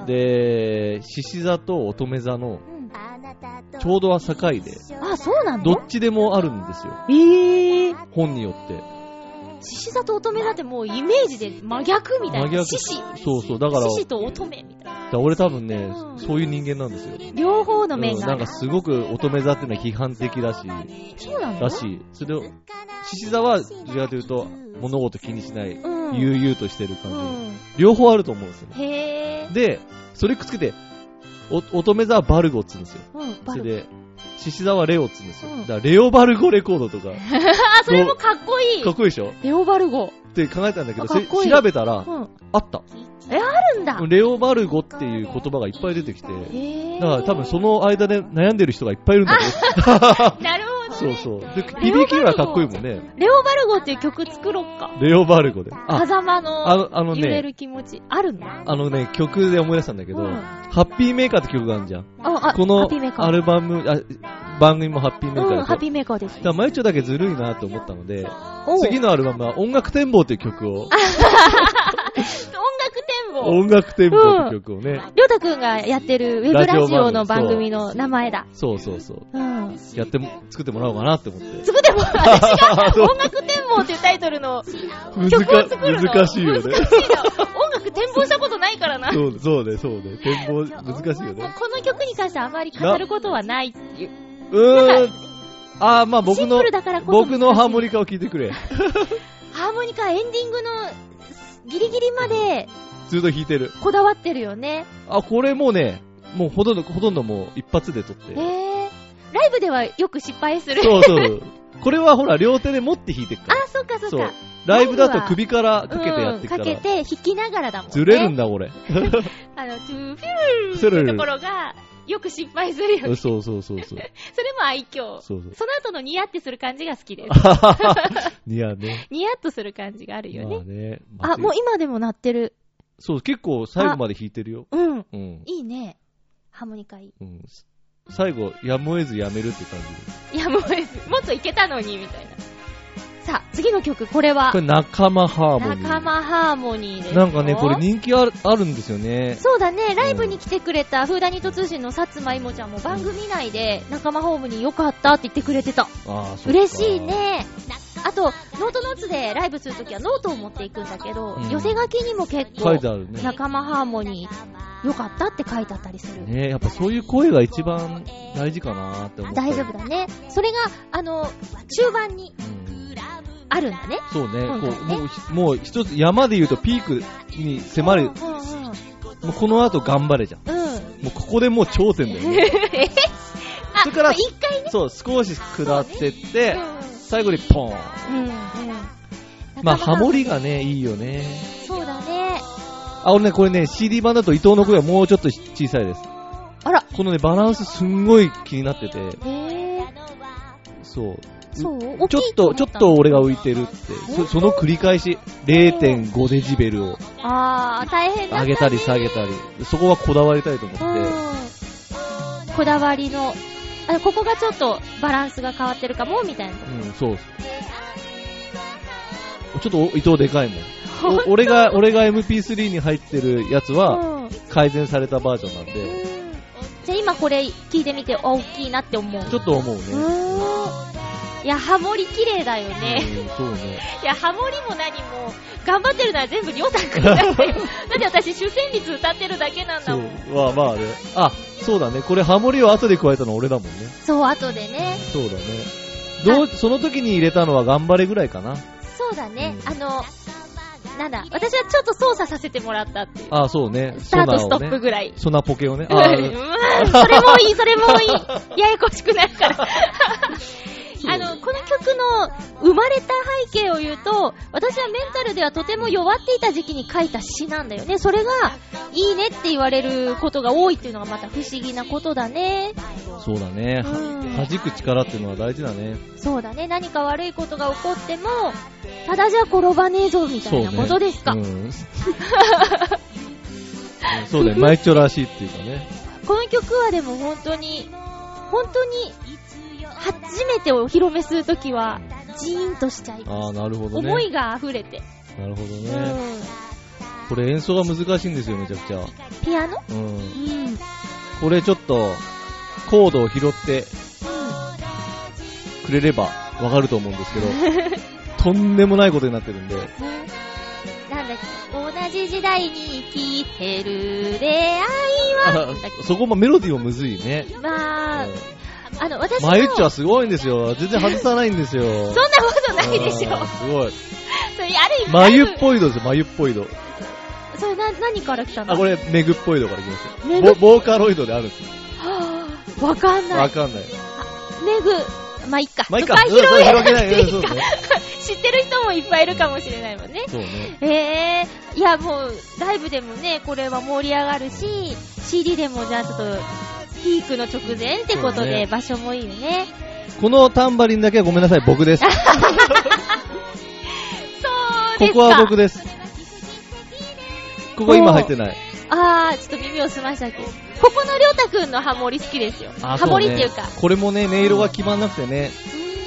で、獅子座と乙女座のちょうどは境で、あ、そうなんどだ。っちでもあるんですよ。ええー。本によって。獅子座と乙女だってもうイメージで真逆みたいな。真逆獅子。そうそう。だから、獅子と乙女みたいな。俺多分ねう、んそういう人間なんですよ。両方のう面んがなあんるか。すごく乙女座っていうのは批判的だし、そうなのらしい。それを、獅子座は、どちらかというと、物事気にしない、うん。悠々としてるう感ん。じ。両方あると思うんですよへね。ぇー。で、それくっつけて、お乙女座はバルゴっつうんですよ。うん、バそルれブで、獅子座はレオっつうんですよ。うんだから、レオバルゴレコードとか、 [LAUGHS] あ、それもかっこいいかっこいいでしょレオバルゴ。って考えたんだけど、あそかれっこいい調べたらう、ん。あった。あるんだ。レオバルゴっていう言葉がいっぱい出てきへて、ぇー。だから多分その間で悩んでる人がいっぱいいるんだけ [LAUGHS] なるほど。ど、そうそう。で、響きがかっこいいもんね。レオバルゴっていう曲作ろっか。レオバルゴで。あ、狭間あののあの揺れね、る気持ち。あるんだ。あのね、曲で思い出したんだけど、うんハッピーメーカーって曲があるじゃん。あ、あ、こハのッピーメーカー。アルバム、あ番組もハッピーメーカーでしょうん、ハッピーメーカーですだか。ら、まゆちょだけずるいなと思ったので、おう次のアルバムは音楽展望っていう曲を、音楽展望。音楽展望っていう曲をね、りょうたくんがやってるウェブララジジオオ番組の番組の名前だ。そうそうそう、うん。やっても、作ってもらおうかなって思って。作っても、私 [LAUGHS] が音楽展望っていうタイトルの曲を作るの。難しいよね難。しいな音楽展望したことないからな。もうそうそうね、そうね。展望、難しいよね。この曲に関してはあまり語ることはないっていう。うーん。あー、まあ僕シンプのル、だからこそ。僕のハーモニカを聞いてくれ。ハーモニカエンディングのギリギリまでずっと弾いてる。こだわってるよね。あ、これもうね、もうほとんど、ほとんどもう一発で撮ってへ。え。ライブではよく失敗する。そうそう。これはほら、両手で持って弾いてっから。あ、そっかそっそうか。。ライブだと首からかけてやってっかうん、かけら。て弾きながらだもんね。ずれるんだ、こあれ。の、トゥーフィルーってところが、よく失敗するよね。そそうそうそうそう。れも愛嬌。そそう [LAUGHS] そう。の後のニヤってする感じが好きです。いやね。ニヤっとする感じがあるよまあね。ね。あ、もう今でも鳴ってる。そう、結構最後まで弾いてるよ。うん。うん。いいね。ハーモニカいい。うん最後、やむを得ずやめるって感じ。いや、もうです。もっといけたのに、みたいな。さあ、次の曲、これはこ、れ仲間ハーモニー。仲間ハーモニーですよ。なんかね、これ人気あるあるんですよね。そうだね、ライブに来てくれた、フーダニット通信のさつまいもちゃんも番組内で仲間ホームに良かったって言ってくれてた。ああ、そう。嬉しい。ね。あと、ノートノーツでライブするときはノートを持っていくんだけど、うん寄せ書きにも結書構い、てあるね。仲間ハーモニー、良かったって書いてあったりする。ねやっぱそういう声が一番大事かなって思って。大丈夫だね。それが、あの、中盤にうんあるんだね。そうね、うんこう、もうひ、もう一つ、山で言うとピークに迫う、るんうもうこの後頑張れじゃん。んうん。うん。もうここでもう頂点だよ [LAUGHS] ね。あ、 [LAUGHS] それからまあ一回ね。そう、少し下ってって、う最後にポーン。んうん。うんうん。まあ、ハモり。リがね、いいよね。そうだね。あ、俺ね、これね、CD 版だと伊藤の声はもうちょっと小さいです。あら。このね、バランスすんごい気になってて、へえ。そう。そう大きちょいっと、ちょっと俺が浮いてるって、そその繰り返し、0.5デジベルを思った。あー、大変だったね。上げたり下げたり、そこはこだわりたいと思って、うんこだわりの、あ、ここがちょっとバランスが変わってるかも、みたいな。うん、そう。ちょっとお伊藤でかいもん。お俺が、俺が MP3 に入ってるやつは、うん。うん改善されたバージョンなんで、じゃあ今これ聞いてみて、あ、大きいなって思う。ちょっと思うね。うーん。いや、ハモリ綺麗だよね。うんそうね。いや、ハモリも何も、頑張ってるのは全部りょうたくんだよ。だって私、主旋律歌ってるだけなんだそもう。ん。まあまあね。あ、そうだね。これハモリを後で加えたの俺だもんね。そう、後でね。そうだね。どう、その時に入れたのは頑張れぐらいかな。そうだね。あの、なんだ、私はちょっと操作させてもらったっていう。あ、そうね。スタート、スソトナーッをねプぐらい。ソナポケをね。うん、あ [LAUGHS] それもいい、それもいい。ややこしくなるから。あの、この曲の生まれた背景を言うと、私はメンタルではとても弱っていた時期に書いた詩なんだよね。それが、いいねって言われることが多いっていうのがまた不思議なことだね。そうだね。うんは弾く力っていうのは大事だね。そうだね。何か悪いことが起こっても、ただじゃ転ばねえぞみたそういねな。ことですか。うんうんそう [LAUGHS] だね。マイチョらしいっていうかね。この曲はでも本当に、本当に、初めてお披露目するときは、ジーンとしちゃいまああ、す。なるほどね。思いが溢れて。なるほどうね。ん。これ演奏が難しいんですよ、めちゃくちゃ。ピアノうん。うん。これちょっと、コードを拾ってくれればわかると思うんですけど、 [LAUGHS] とんでもないことになってるんで、ねなんだっけ、同じ時代に生きてる出会いは、あそこもメロディーもむずいね。まあ、あの、私の、マユッチョそんなはすごいんですよ。全然外さないんですよ。そんことないでしょ。そすごい。れ、ある意味、マユっぽい度ですよ、マユっぽい度。それな、何から来たのあ、これ、メグっぽい度からいきますメよ。グボボーカロイドであるんですよ。はぁわかんなわい。かんない。メグ、まあ、いっか。まあいっか都会広げなくていいそうそう広げかない知ってる人もいっぱいいるかもしれないもんね。そうね。えー、いやもう、ライブでもね、これは盛り上がるし、CD でもじゃあちょっと、ピークの直前ってことそうで、ね場所もいいよね。このタンバリンだけはごめんなさい、僕です。そうですか。ここは僕です。ここ今入ってない。あー、ちょっと耳を澄ましたけど。ここのりょうたくんのハモリ好きですよ。あハモリっていうか。そねこれもね、音色が決まんなくてね、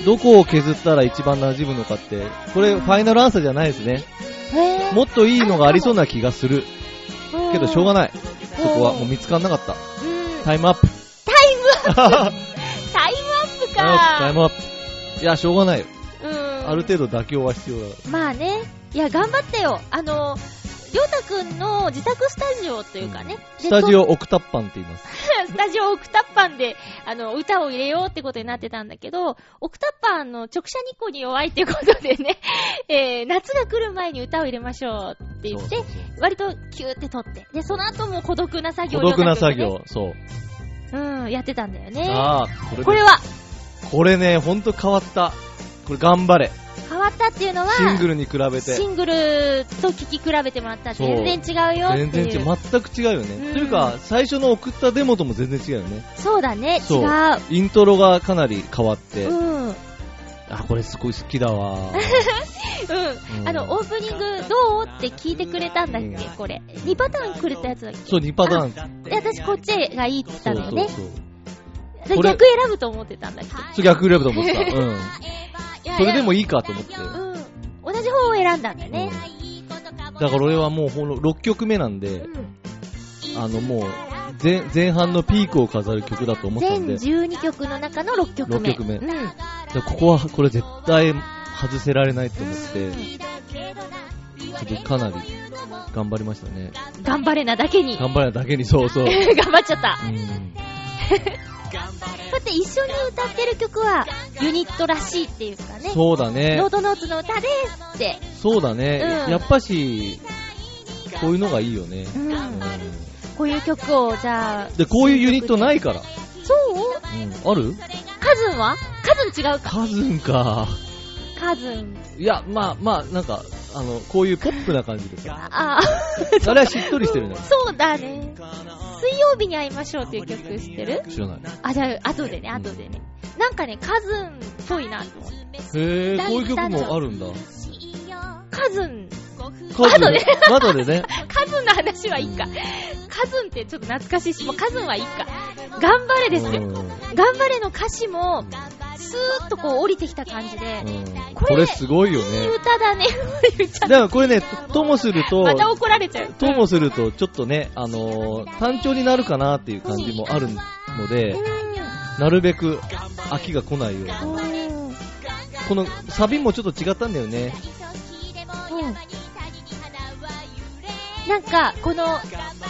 どこを削ったら一番馴染むのかって、これファイナルアンサーじゃないですね。へもっといいのがありそうな気がする。ーけどしょうがない。ない。そこはもう見つかんなかった。うん。タイタイムアップ。ムアップタイムアップタイかムアップ。いや、しょうがないよ。うん。ある程度妥協は必要だかまあね。いや、頑張ってよ。あの、りょうたくんの自宅スタジオというかね。ら。スタジオ。オオクタッパンって言います。スタジオオクタッパンで、あの、歌を入れようってことになってたんだけど、オクタッパンの直射日光に弱いってことでね、えー、夏が来る前に歌を入れましょうって言ってそう、そう割とキューって撮って。で、その後も孤独な作そ業う孤独な作。りょう業。そう。たくんがねうん、やってたんだよね。ああ、これこれは、これね、ほんと変わった。これ頑張れ。変わったっていうのは、シングルに比べて。シングルと聴き比べてもらったらそう全然違うよっていう。全然違う。全く違うよね。うんというか、最初の送ったデモとも全然違うよね。そうだね、違。そううイントロがかなり変わって。うん。うん。あ、これすごい好きだ [LAUGHS] わ。あの、オープニングどうって聞いてくれたんだっけ、うんこれ。2パターンくれたやつだっけそう、2パターン。で、私こっちがいいって言っそたうのよそうね。そう。でこれ逆選ぶと思ってたんだっけそう逆レブ [LAUGHS] と思ってた。うん。いやそれでもいいいかと思って。だや。かうん。同じ方を選んだんだね。ら俺はもうほの6曲目なんで、うん。あのもう前前半のピークを飾る曲だと思ってた全んで、で12曲の中の6曲目。 6曲目うん。 [LAUGHS] ここはこれ絶対外せられないと思って、ちょっとかなり頑張りましたね。頑張れなだけに。頑張れだけにそ [LAUGHS] うそう。う頑張っちゃった。んだって一緒に歌ってる曲はユニットらしいっていうかね。そうだねノー。トノーツの歌ですって。そうだね。うんやっぱし、こういうのがいいよね。う。うんんこういう曲をじゃあ。で、こういうユニットないから。そううんあるカズンはカズン違うか。カズンか。カズン。いや、まあまあ、なんか、あの、こういうポップな感じですよ。ああ。あれはしっとりしてるね。 [LAUGHS] そうだね。水曜日に会いましょうっていう曲知ってる知らない。あ、じゃあ、後でね、後でね。なんかね、カズンっぽいなと思って。へえ、こういう曲もあるんだ。カズン、カズン後で。後 [LAUGHS] でね。カズンの話はいいか。カズンってちょっと懐かしいし、もうカズンはいいか。頑張れですよ。うん頑張れの歌詞も、スーッとこう降りてきた感じで、うんこれこれすごいよいいね。歌だね、言っちゃだっからこれね、ともするた。と、また怒られちゃう。ともすると、ちょっとね、あのー単調になるかなっていう感じもあるのでう、なるべく飽きが来ないように。ん。うんこのサビもちょっと違ったんだよね。なんか、この、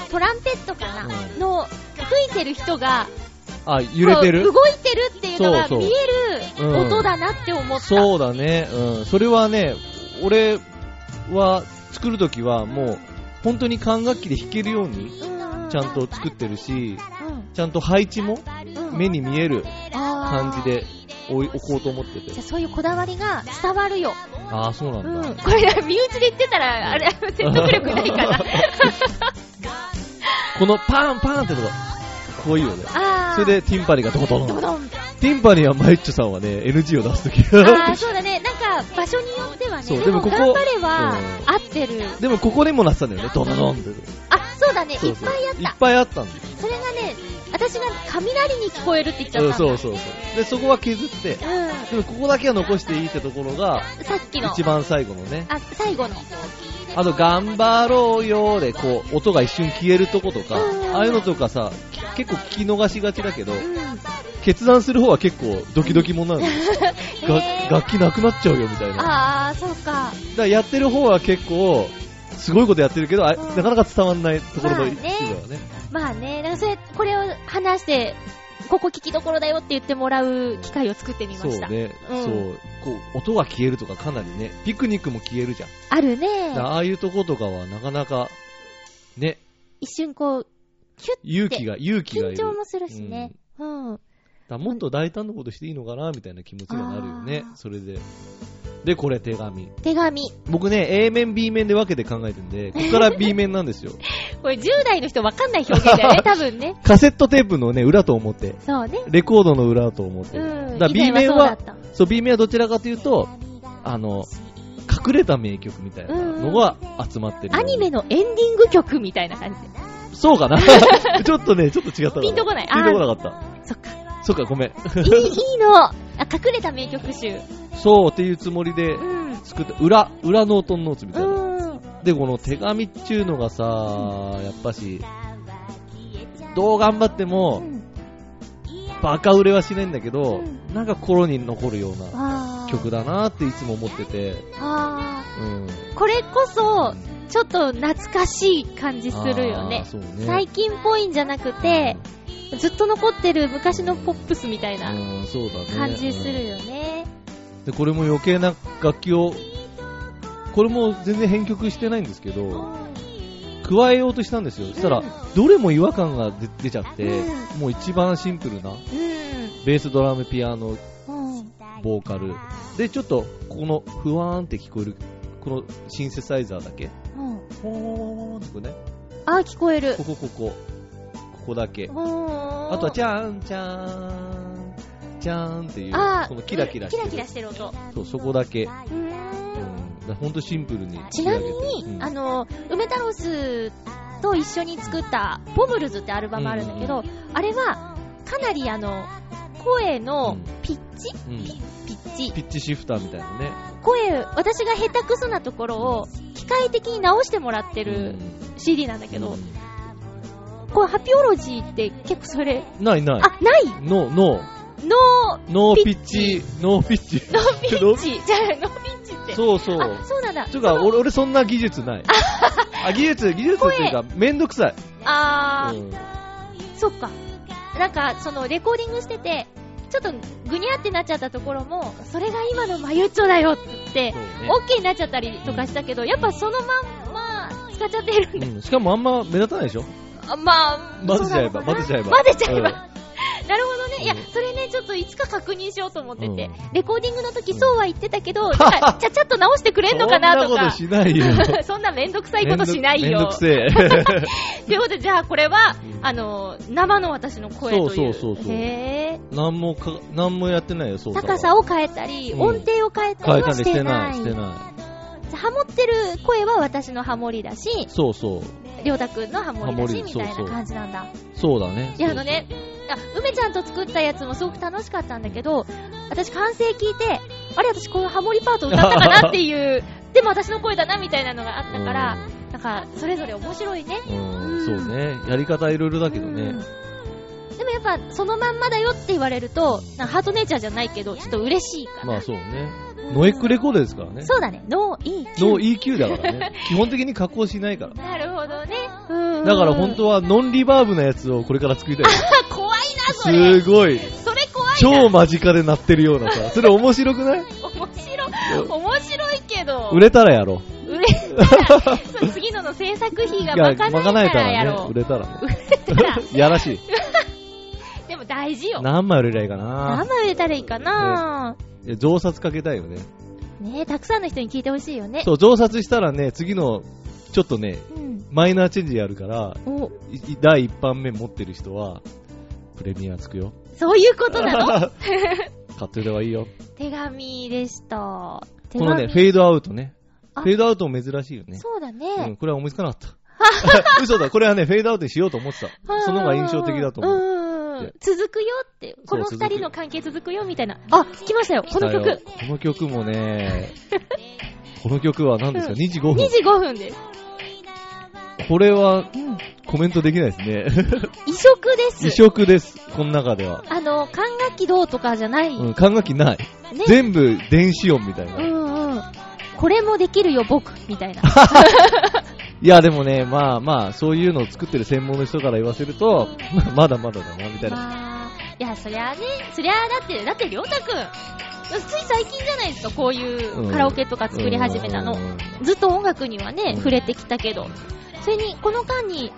トランペットかな、うんの、吹いてる人が、あ、揺れてこるう動いてるっていうのがそうそう見える音だなって思った。そうだね。うん。それはね、俺は作るときはもう、本当に管楽器で弾けるように、うんちゃんと作ってるし、うちゃんと配置もんうん目に見えるあー感じで置い置こうと思っててじゃあ。そういうこだわりが伝わるよ。ああ、そうなうんだ。ん。これ、身内で言ってたら、あれ、説得力ないかな。このパンパンってとこ、かっこいいよね。あー。 [LAUGHS] それでティンパニがドコドドン。 [LAUGHS] ドン。ティンパニはマイッチョさんはね、NG を出すとき。あー、そうだね。なんか、場所によってはそね、うででももここ頑張ればう、合ってる。でもここにもなってたんだよね、ドドドンって。あ、そうだね。いそっうそうぱいあっ。いったぱいあったんだよ。それがね、私が雷に聞こえるって言っちゃうっんたんだ。そうそうそう。で、そこは削って、うでもここだけは残していいってところが、ん。さっきの。一番最後のね。あ、最後の。あと、頑張ろうよーで、こう、音が一瞬消えるとことかうん、ああいうのとかさ、き結構聞き逃しがちだけど、うん。決断する方は結構ドキドキもんなの [LAUGHS] よ。へーが楽器なくなっちゃうよみたいな。だかあー、そうか。らやってる方は結構、すごいことやってるけど、あれうんなかなか伝わんないところまあのね一部はね。まあね、なんかそれ、これを話して、ここ聞きどころだよって言ってもらう機会を作ってみまそうした。ね、うんそう、こう、音が消えるとかかなりね、ピクニックも消えるじゃん。あるねだから。ああいうとことかはなかなか、ね、一瞬こう、勇気が、勇気がい緊る。張もするしね。うん。だからもっと大胆なことしていいのかなみたいな気持ちにはなるよねあー。それで。で、これ手紙。手紙。僕ね、A 面、B 面で分けて考えてんで、ここから B 面なん [LAUGHS] ですよ。これ10代の人わかんない表現だ [LAUGHS] よね、多分ね。カセットテープのね、裏と思って。そうね。レコードの裏と思って。うん。だから B 以前面はそうだったそう、B 面はどちらかというと、あの、隠れた名曲みたいなのが集まってる。アニメのエンディング曲みたいな感じで。そ [LAUGHS] うかなちょっとね、ちょっと違ったなピンとこないピンとこなかっそっか。た。そっか、ごめん。いい、いいの。あ、隠れた名曲集。そうっていうつもりでうん。作った、裏、裏ノートンノーツみたいな。うん。で、この手紙っちゅうのがさ、やっぱし、どう頑張っても、バカ売れはしないんだけど、うなんか心に残るようなあー曲だなっていつも思ってて、あうん。ーこれこそ、ちょっと懐かしい感じするよあーね。そうね。最近っぽいんじゃなくて、ずっと残ってる昔のポップスみたいなうん、そうだね。感じするよね。で、これも余計な楽器を、これも全然編曲してないんですけど、加えようとしたんですよ。そしたらうん、どれも違和感が出出ちゃってう、もう一番シンプルな、うベース、ドラム、ピアノ、ん。うん。ボーカル。で、ちょっと、ここの、ふわーんって聞こえる、このシンセサイザーだけ。うん。ほーんってこれね。あー、聞こえるこ。こ、ここ。ここだけ。ああとは、じゃーん、じゃーん、じゃーんっていう、あーこのキラキラしキてる。ラキラしてる音。そう、そこだけ。うーんうん。ほんとシンプルにち仕上なげて。みに、あの、の、梅太郎スと一緒に作った、ポムルズってアルバムあるんだけど、あれは、かなりあの、声のピッチ、うんピッチ、ピッチシフターみたいなね。声、私が下手くそなところを、機械的に直してもらってる CD なんだけうどん、こう、ハピオロジーって結構それ、ないない。あ、ないノー、ノー、ノノーピピッッチチ、ノーピッチ。ー、ノーピッチ。じゃあ、ノーピッチって。そうそう。あ、そうなんだつ。うか、俺、俺そんな技術ない。あ、技術、技術というか、めんどくさい。あーう、んそっか。なんか、その、レコーディングしてて、ちょっと、ぐにゃってなっちゃったところも、それが今のマユッチョだよって言って、そうね OK になっちゃったりとかしたけど、やっぱそのまんま、使っちゃってるんだ。うんしかもあんま目立たないでしょあまあ、混ぜちゃえばそうなのかな混ぜちゃえば混ぜちゃえば。うんなるほどね。いやうん、それね、ちょっといつか確認しようと思ってて、うんレコーディングの時、そうは言ってたけど、なんか、ちゃちゃっと直してくれんのかなとそんなこかと。しないよ。そんなめんどくさいことしないめんどよく。せ [LAUGHS] え。ということで、じゃあこれは、うんあの、生の私の声という。そうそうそうそうへー。なんもか、なんもやってないよ、そう高さを変えたり、うん音程を変えた変えりもたりししててな。ないい、してない。ハモってる声は私のハモリだし、そうそう。りょうたくんのハモリだし、みハモたリいそなうそう感じなんだ。そうだね。いや、あのね、あ梅ちゃんと作ったやつもすごく楽しかったんだけど、私完成聞いて、あれ私このハモリパート歌ったかなって [LAUGHS] いう、でも私の声だなみたいなのがあったから、なんか、それぞれ面白いね。うん、うん、そうね。やり方いろいろだけどね。うんでもやっぱ、そのまんまだよって言われると、なんかハートネイチャーじゃないけど、ちょっと嬉しいかな。まあそうね。ノエックレコードですからね。そうだね、ノーイーノ EQ だから [LAUGHS] ね。基本的に加工しないから。なるほどね。うん。だから本当はノンリバーブなやつをこれから作りたいよ。 [LAUGHS] あ怖いな、それ。すごい。それ怖いな。超間近で鳴ってるようなさ。それ面白 [LAUGHS] くない面白い。面白いけど。売れたらやろう。売れたら、そう次のの制作費がいやまかないからやねろ。う [LAUGHS] 売。れたらね。売れたら。やらしい。でもも大事よ。何枚売れりゃいいか何な。枚売れたらいいかな、いや増刷かけたいよね。ねえ、たくさんの人に聞いてほしいよね。そう、増刷したらね、次の、ちょっとね、うん。マイナーチェンジやるから、お、いい第1版目持ってる人は、プレミアつくよ。そういうことなの買っておいた方がいいよ。手紙でした。手こ紙。のね、フェードアウトね。あフェードアウトも珍しいよね。そうだね。うん、これは思いつかなか [LAUGHS] った。嘘だ、これはね、フェードアウトにしようと思ってた。その方が印象的だと思う。思で続くよって、このそう二人の関係続くよみたいな。あ、聞きましたよ、この来たよ曲。この曲もね、この曲は何ですか、うん ?2 時5分。 25分です。これは、コメントできないですね。異色です。異色です、この中では。あの、管楽器どうとかじゃない。うん、管楽器ない。ね。全部電子音みたいうな。いんうん。これもできるよ、僕、みたいな。や、でもね、まあまあ、そういうのを作ってる専門の人から言わせると、 [LAUGHS] まあまだまだだな、みたいな。まあ、いや、そりゃね、そりゃだって、だって、りょうたくん、つい最近じゃないですか、こういうカラオケとか作り始めたの。うんずっと音楽にはね、うん触れてきたけど、それに、この間に、ね、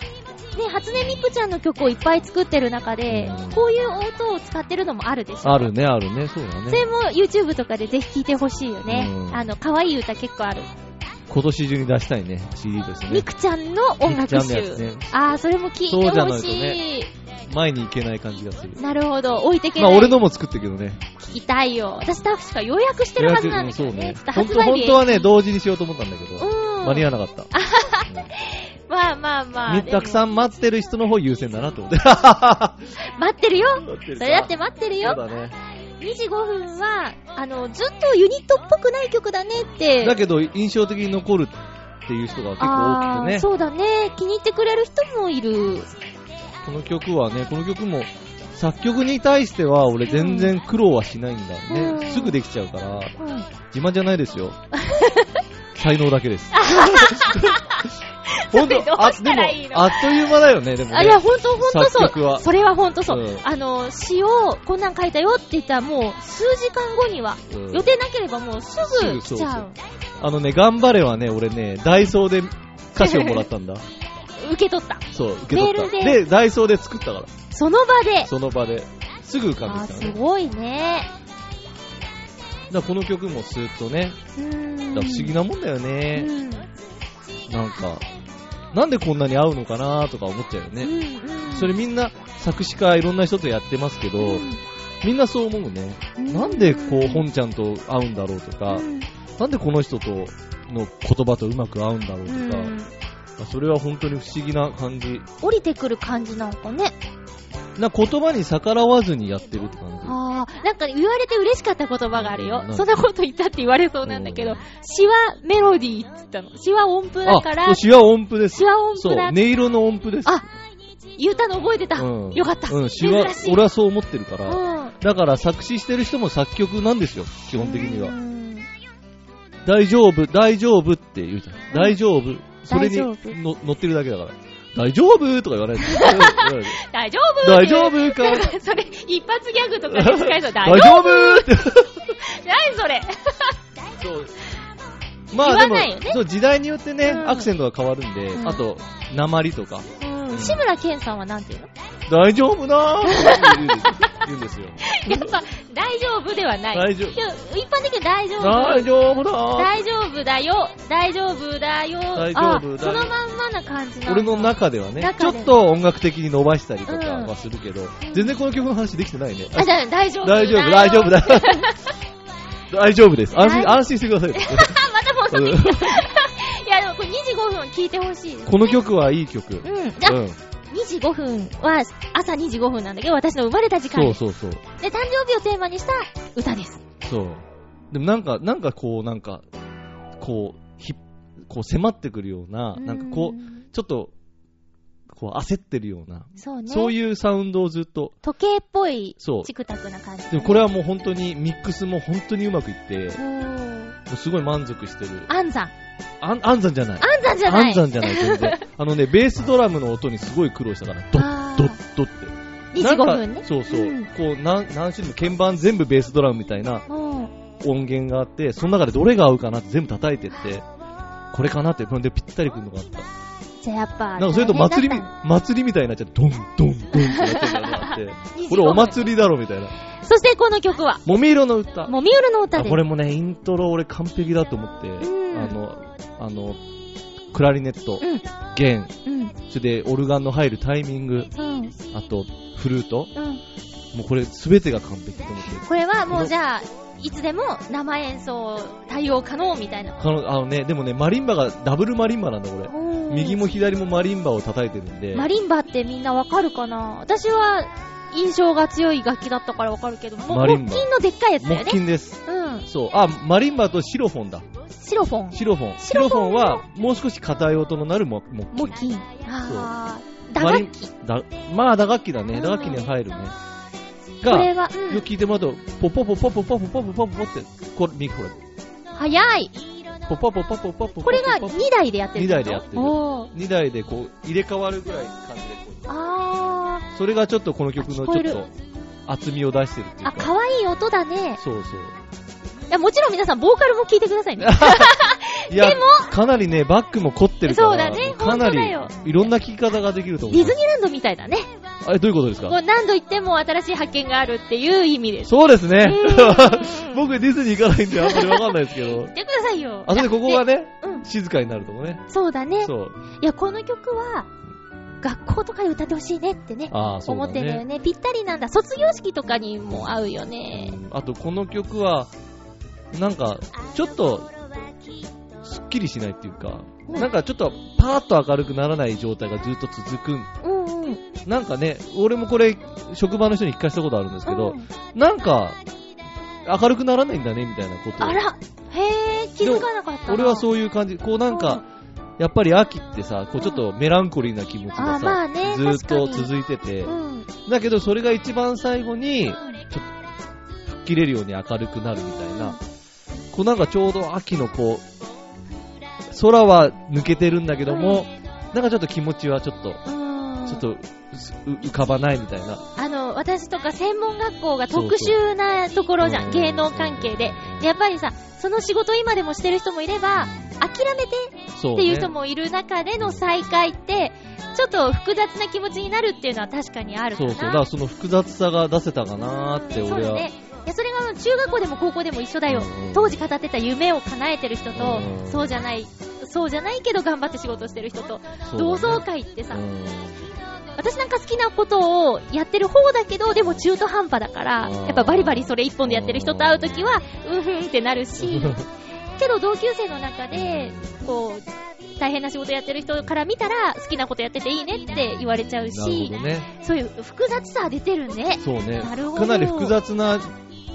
初音ミクちゃんの曲をいっぱい作ってる中で、うんこういう音を使ってるのもあるでしょ。あるね、あるね、そうだそれね。も YouTube とかでぜひ聴いてほしいよね。うんあの、可愛い歌結構ある。今年中に出したいね、CD ですミね。クちゃんの音ミクちゃ楽んのや集。つねあー、それも聴いてそうじゃほないとしいね。前に行けない感じがする。なるほど。置いてけなまあい。俺のも作ってるけどね。聞きたいよ。私多分しか予約してるはずなんだけそうどね。ちょっと本発当売本日。当はね、同時にしようと思ったんだけど、うん。間に合わなかった。まあまあまあ。みたくさん。ん待ってる人の方優先だなと思って。待ってるよ。ってるそれだって待ってる [LAUGHS] そよう。だね。 2時5分は、あの、ずっとユニットっぽくない曲だねって。だけど、印象的に残るっていう人が結構あ多ーくてね。そうだね。気に入ってくれる人もいる。この曲はね、この曲も、作曲に対しては俺全然苦労はしないんだようんね。すぐできちゃうから、うん。自慢じゃないで [LAUGHS] すよ。才能だけです。本それど当、うあ、しでたもらいい、のあっという間だよね、でもあ、いや、ね。ほんとほんとそ作曲う。はそれはほんとそう。うんあの、詩をこんなん書いたよって言ったらもう数時間後には、うん予定なければもうすぐ来ちゃう。あのね、頑張れはね、俺ね、ダイソーで歌詞をもらった [LAUGHS] んだ。受け取った。そう、受け取メっーた。ルでで、ダイソーで作ったかその場でら、。その場で。すぐ浮かあんできたー、すね。ごいね。だからこの曲もスーッとね、うーん。だから不思議なもんだようね。ん。なんか、なんでこんなに合うのかなとか思っちゃうようね。んうん。それみんな作詞家いろんな人とやってますけど、みんなそう思うね。うんなんでこう、本ちゃんと合うんだろうとかう、んなんでこの人との言葉とうまく合うんだろうとうか、ん。まあそれは本当に不思議な感じ。降りてくる感じなのかね。な言葉に逆らわずにやってるって感じ。ああ、なんか言われて嬉しかった言葉があるよう。んそんなこと言ったって言われそうなんだけどうん、詩はメロディーって言ったの。詩は音符だかあ、ら、詩詩は音符です。は音そう符だ、。音色の音符です。あ、言ったの覚えてた。うんよかった。うん、詩は珍し、い俺はそう思ってるから。うん。だから作詞してる人も作曲なんですよ、基本的にうは。ん大丈夫、大丈夫って言うじゃん。大丈夫。それに大丈夫の乗ってるだけだから。大丈夫とか [LAUGHS] 言わないでうん大丈夫大丈夫か [LAUGHS] それ、一発ギャグとかに使えそう。大大丈夫丈夫って。何それ [LAUGHS] そう。まあで言わもないよね、そう、時代によってね、うんアクセントが変わるんでう、んあと、鉛とか。うん志村けんさんはなんて言うの大丈夫なーって言うんですよ。やっぱ、大丈夫ではない。大丈夫いや一般的に大丈夫。大丈夫だ大丈夫だよ。大丈夫だよ。大丈夫あだそよのまんまな感じなー俺の中ではね、ち中ょでっと音楽的に伸ばしたりとかうんはするけど、全然この曲の話できてないね。あ、じゃあ大丈夫。大丈夫、大丈 [LAUGHS] 夫だ。大丈夫です。大安心、丈夫安心してください。あ、 [LAUGHS] またもうそっち行った。いや、でもこれ25分聞いてほしいです。この曲はいい曲。ううん。じゃあ、ん。 25分は朝25分なんだけど、私の生まれた時間そうです。そうそう。で、誕生日をテーマにした歌です。そう。でもなんか、なんかこう、なんか、こう、ひ、こう迫ってくるような、なんかこう、う。ちょっと、こう焦ってるような、そうね。そういうサウンドをずっと、時計っぽい、そう。チクタクな感じだね。でもこれはもう本当に、ミックスも本当にうまくいって、おー。もうすごい満足してる。安産。あん、安産じゃない。安産じゃない。安産じゃない、全然。あのね、ベースドラムの音にすごい苦労したから、ドッあドーッドッって。 25分なんねか。そうそう。うんこう、なん何種類も鍵盤全部ベースドラムみたいなうん。音源があって、その中でどれが合うかなって全部叩いてって、これかなって、でぴったりくるのがあった。じゃあやっぱ。なんかそれと祭り大変みだっ、祭りみたいになっちゃって、ドンドンドンってなっちゃうの [LAUGHS] があって、たんですこれお祭りだろみたいな。 25そしてこの曲は、もみ色の歌。もみうるの歌あです。これもね、イントロ俺完璧だと思って、うんあの、あの、クラリネット、うん、弦、うん、それでオルガンの入るタイミング、うん、あとフルート、うん。もうこれ全てが完璧と思ってる。これはもうじゃあ、いつでも生演奏対応可能みたいな。あのあのね、でもね、マリンバがダブルマリンバなんだ、これ。右も左もマリンバを叩いてるんで、マリンバってみんなわかるかな私は印象が強い楽器だったからわかるけど、もマリン木バ琴のでっかいやつだよ木ね。琴です。うん。そう、あ、マリンバとシロフォンだ。シロフォン。シロフォン。シシロロフフォォンンは、もう少し硬い音のなる木琴。木琴。あー。打マ楽リン器。だまあ、打楽器だうね。ん打楽器に入るね。これが、は、うよんく。聞いてもらうと、ポポポポポポポポポポポって、これ、みこれ、早い。ポポポポポポポこれが2台でやってる2台でやってるおー。 2台でこう、入れ替わるぐらいの感じでこう、あそれがちょっとこの曲のちょあ聞こえっると、厚みを出してるっていー。あ、うか。可愛い音だね。そうそう。いや、もちろん皆さん、ボーカルも聞いてくださいね。いや、かなりね、バックも凝ってるから、そうだねかなり本当だよ、いろんな聴き方ができるとデ思う。ィズニーランドみたいだね。あれ、どういうことですもかう何度言っても新しい発見があるっていう意味です。そうですう。ねん [LAUGHS] 僕、ディズニー行かないんで、あんまりわかんないですけど言っ。てくださ [LAUGHS] いよ。あ、それでここがね、うん。静かになるとこね。そうだね。そう。いや、この曲は、学校とかで歌ってほしいねってね、ああ、そう思だってんだよね。ね。ぴったりなんだ。卒業式とかにも合うよね。あと、この曲は、なんか、ちょっと、すっきりしないっていうか、うんなんかちょっと、パーッと明るくならない状態がずっと続くん。うんうん。なんかね、俺もこれ、職場の人に聞かしたことあるんですけどう、んなんか、明るくならないんだね、みたいなことをあら、へえ、気づかなかったな。俺はうそういう感じ、こうなんか、やっぱり秋ってさ、こうちょっとメランコリーな気持ちあがーまあさ、ねずーっと確かに続いててう、ん。だけどそれが一番最後に、ちょっと吹っ切れるように明るくなるみたいな、こうなんかちょうど秋のこう、空は抜けてるんだけども、なんかちょっと気持ちはちょっと、うん。ちょっとすう浮かばないみたいな。あの、私とか専門学校がそうそう特殊なところじゃん、うん芸能関係で。でやっぱりさ、その仕事を今でもしてる人もいれば、諦めてそう、っね。ていう人もいる中での再会って、ちょっと複雑な気持ちになるっていうのは確かにあるかそうな。そう。だからその複雑さが出せたかなーってそう俺だは。ね。いや、それが中学校でも高校でも一緒だようんう。ん当時語ってた夢を叶えてる人とうんう、んそうじゃない、そうじゃないけど頑張って仕事してる人と、同そう窓だね会ってさ、うん私なんか好きなことをやってる方だけど、でも中途半端だから、うんやっぱバリバリそれ一本でやってる人と会うときは、うんふんってなる [LAUGHS] し、けど同級生の中で、こう、大変な仕事やってる人から見たら、好きなことやってていいねって言われちゃうなるほし、どね。そういう複雑さ出てるね。そうね。なるほどかなり複雑な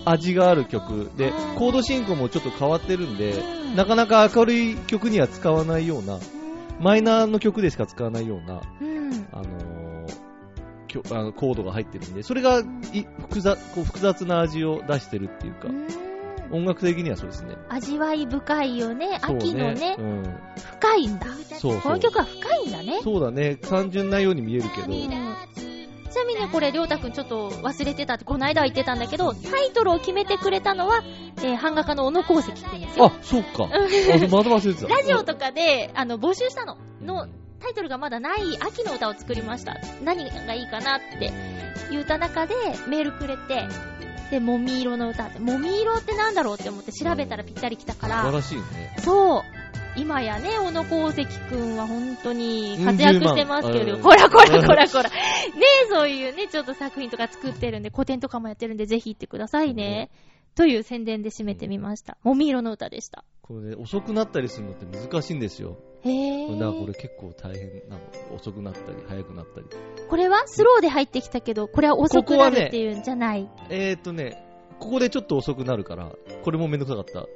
味がある曲でうん、コード進行もちょっと変わってるんで、うんなかなか明るい曲には使わないような、マイナーの曲でしか使わないような、うん。あのーきょあのコードが入ってるんで、それがい複雑こう複雑な味を出してるっていうか、うん音楽的にはそうですね。味わい深いよね。そう秋のねう、ん、深いんだ。そうこそのう。曲は深いんだね。そうだね。単純なように見えるけど。うんちなみにねこれ、りょうたくんちょっと忘れてたって、この間言ってたんだけど、タイトルを決めてくれたのは、えー版画家の小野功石くんですよ。あ、そうか。あまだ忘れてた。ラジオとかで、あの、募集したの。の、タイトルがまだない秋の歌を作りました。何がいいかなって言った中で、メールくれて、で、もみ色の歌って、もみ色ってなんだろうって思って調べたらぴったり来たか素晴ら、らしいね。そう。今やね、小野功石くんは本当にうん活躍してますけ十ど、万こらこらこらこら。ねえ、そういうね、ちょっと作品とか作ってるんで、古典とかもやってるんで、ぜひ行ってくださいね。という宣伝で締めてみました。もみ色の歌でした。これね、遅くなったりするのって難しいんですよ。へえ。だからこれ結構大変なの。遅くなったり、早くなったり。これはスローで入ってきたけど、これは遅くなるっていうんじゃない。えーとね、ここでちょっと遅くなるから、これもめんどくさかった。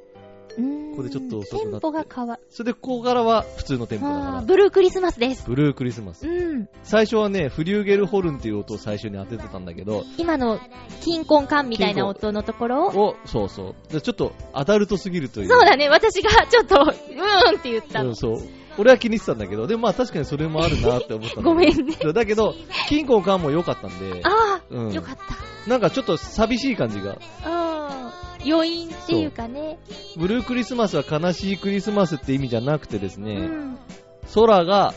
うーんここでちょっと遅くなってテンポが変わる。それでここからは普通のテンポだあかーら。ブルークリスマスです。ブルークリスマスう。ん。最初はね、フリューゲルホルンっていう音を最初に当ててたんだけど、今の、金婚感みたいな音のところを、を、そうそう。でちょっとアダルトすぎるという。そうだね、私がちょっと、うーんって言ったうのん。そう。俺は気にしてたんだけど、でもまあ確かにそれもあるなって思ったんだけ [LAUGHS] どごめんね。そうだけど、金庫感も良かったんで、ああ、うんよかった。なんかちょっと寂しい感じが。うん。余韻っていうかね。ブルークリスマスは悲しいクリスマスって意味じゃなくてですうね、ん。空が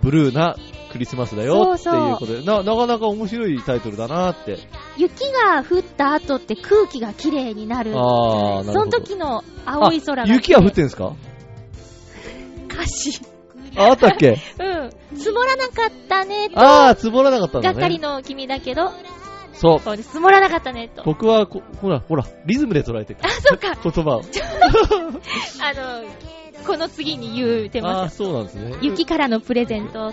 ブルーなクリスマスだよってそうそういうことで、な、なかなか面白いタイトルだなって。雪が降った後って空気が綺麗になる。あー、なるほど。その時の青い空あが。雪は降ってんすか歌詞。あ、あった [LAUGHS] っけうん。積もらなかったねと、あー、積もらなかったんがだっかりね。の君だけど、そう。そうです。積もらなかったねと。僕はこ、ほら、ほら、リズムで捉えてる [LAUGHS] あ、そうか。言 [LAUGHS] 葉を。あの、この次に言うてあまー、す。そうなんですね。雪からのプレゼント。あ、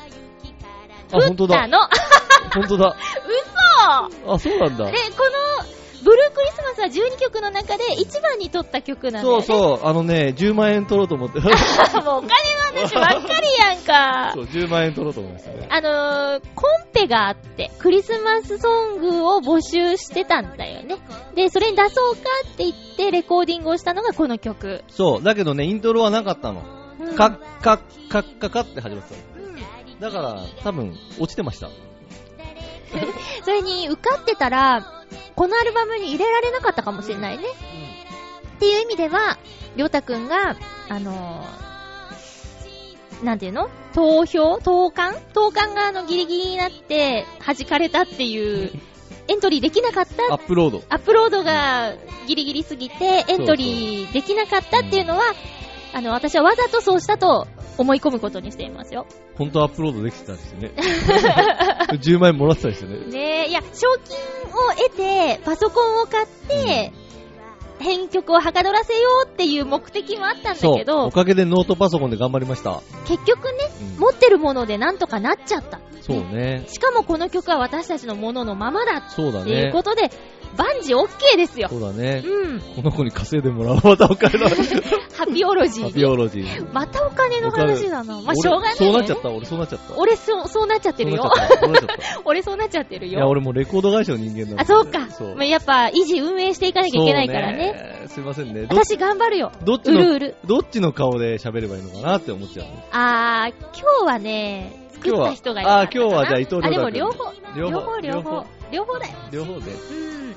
本当降っただ。の。 [LAUGHS] あ本当だ。嘘あ、そうなんだで、。この、ブルークリスマスは12曲の中で一番に撮った曲なんだよそうね。そう、あのね、10万円取ろうと思 [LAUGHS] って。う。もうお金の話ばっかりやんかそ。う、10万円取ろうと思いましたね。あのー、コンペがあって、クリスマスソングを募集してたんだよね。で、それに出そうかって言って、レコーディングをしたのがこの曲。そう、だけどね、イントロはなかったの。うんカッカッカッカカって始まってたの。だから、多分、 [LAUGHS] 落ちてました。それに受かってたら、このアルバムに入れられなかったかもしれないね。っていう意味では、りょうたくんが、あのーなんていうの投票投函投函があのギリギリになって弾かれたっていう、エントリーできなかったアップロード。アップロードがギリギリすぎてエントリーできなかったっていうのは、あの、私はわざとそうしたと思い込むことにしていますよ。本当はアップロードできてたんですよね。10万円 [LAUGHS] もらってたんですよね。ねえ、いや、賞金を得て、パソコンを買って、編曲をはかどらせようっていう目的もあったんだそうけ。どお、かげでノートパソコンで頑張りました。結局ね、うん持ってるものでなんとかなっちゃった。そうね。しかもこの曲は私たちのもののままだそうだっていうねこ。とで、万事 OK ですよそ。うだね。うん。この子に稼いでもらおう。またお金の話。ハピオロジハーピに。オロジー。またお金の話だな。まあ、しょうがない、ね。俺そうなっちゃった。俺そうなっちゃった。俺そう、そうなっちゃってそうるなよっ。ちゃった。そうなっちゃった。俺そうなっちゃってるいや、よ。俺もうレコード会社の人間なんであ、そうか。そう。まあ、やっぱ維持運営していかなきゃいけないからね。そうねすいませんね。ど私頑張るよ。どっちうるの、うる。どっちの顔で喋ればいいのかなって思っちゃうね。あー、今日はね、作った人がいる。あー、今日はじゃあ伊藤亮あ、でも太両君。方。両両方方、両方。両方だよ。両方で。うん。い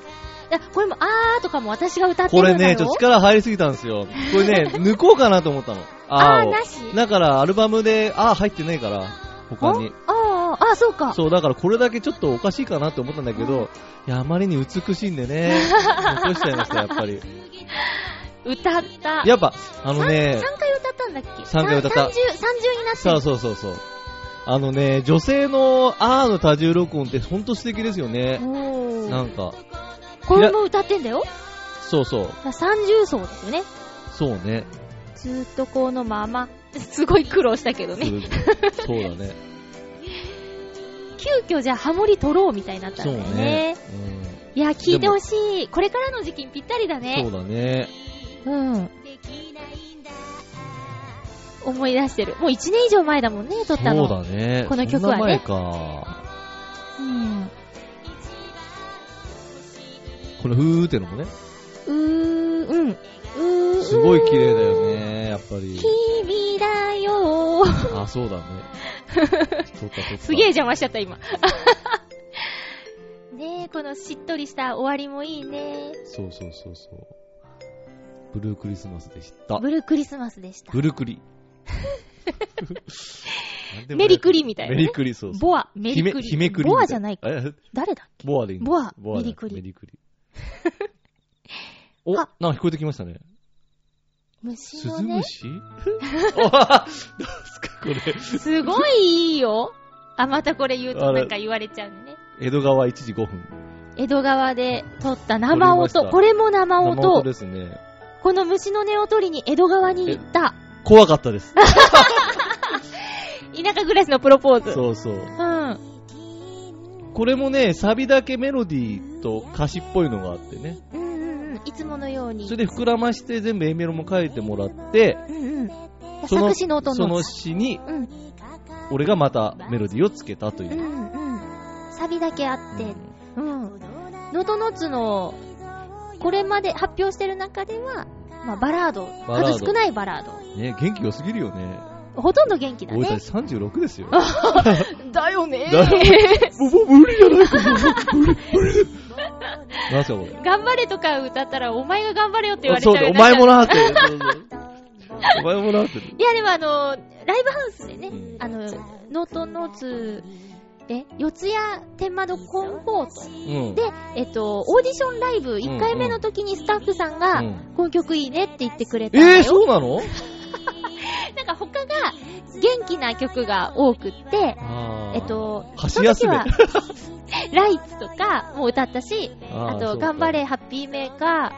や、これも、あーとかも私が歌ってこるれんだね、よ。ちょっと力入りすぎたんですよ。これ [LAUGHS] ね、抜こうかなと思ったの。ああーー、をなしだからアルバムで、あー入ってないから、他に。あー、あー、そうか。そう、だからこれだけちょっとおかしいかなって思ったんだけど、いや、あまりに美しいん [LAUGHS] でね、残しちゃいました、やっぱり。歌った。やっぱ、あのね3、回歌ったんだっけ三回歌った30、30になってそうそうそうそう。あのね、女性のあーの多重録音ってほんと素敵ですよね。おなー。んか、これも歌ってんだよ。そうそう、だから30層ですよね。そうね。ずーっとこのまま。すごい苦労したけどね。そうだ [LAUGHS] ね。急遽じゃあハモリ取ろうみたいになったんそだうよね。ね。いや、聞いてほしい。これからの時期にぴったりだうんそねう。だね。うん。思い出してる。もう1年以上前だもんね、撮ったの。そうだね。この曲はねそんな前か。うん。このふーってのもね、うー、うん。うー。すごい綺麗だよ。ね、やっぱり。君だよー。あ、そう [LAUGHS] だね。そうかそうか。すげえ邪魔しちゃった、今。 [LAUGHS] ねえ、このしっとりした終わりもいいね。そうそうそうそう。ブルークリスマスでした。ブルークリスマスでした。ブルクリ。 [LAUGHS] なんでもないメリクリみたいなねメリクリ、そうそう。ボア、メリクリ。姫姫クリみたい。ボアじゃないか。え誰だボアでいいんだボアだメリクリメリクリ。 [LAUGHS] お、なんあか聞こえてきましたね。虫スのズねム。シ [LAUGHS] おははどうすか、これ。すごいいいよ。あ、またこれ言うとなんか言われちゃうんでね。江戸川1時5分。江戸川で撮った生音。撮りましたこれも生音。生音ですね。この虫の音を取りに江戸川に行った。怖かった [LAUGHS] です。田舎暮らしのプロポーズ。う。そうそう。ん。これもね、サビだけメロディーと歌詞っぽいのがあってね。うんうんうん。いつものように。それで膨らまして全部 A メロも書いてもらって、うんうん。その作詞の音その。の詞にうん。俺がまたメロディーをつけたというう。んうん。サビだけあって。うんうん。のどのつの、これまで発表してる中では、まあバラード。バラード数少ないバラーね、元気良すぎるよね。ド。ほとんど元気だ俺たね。ち36ですよ。だよねだもうもう無理じゃないか。無理、無理。なんすかこれ。頑張れとか歌ったら、お前が頑張れよって言われちゃそううだ、おようになっ前ちゃうもなーって。そうそうお前もなーって。いや、でもあの、ライブハウスでね、うんあの、ノートノーツで、四谷天窓コンポートうん。で、えっと、オーディションライブ1回目の時にスタッフさんが、うんこの曲いいねって言ってくれたんだよ。えー、そうなのなんか他が元気な曲が多くって、あえーっ、と、箸休めその時はライツとかも歌ったし、ああーと、頑張。れ、ハッピーメーカー。あ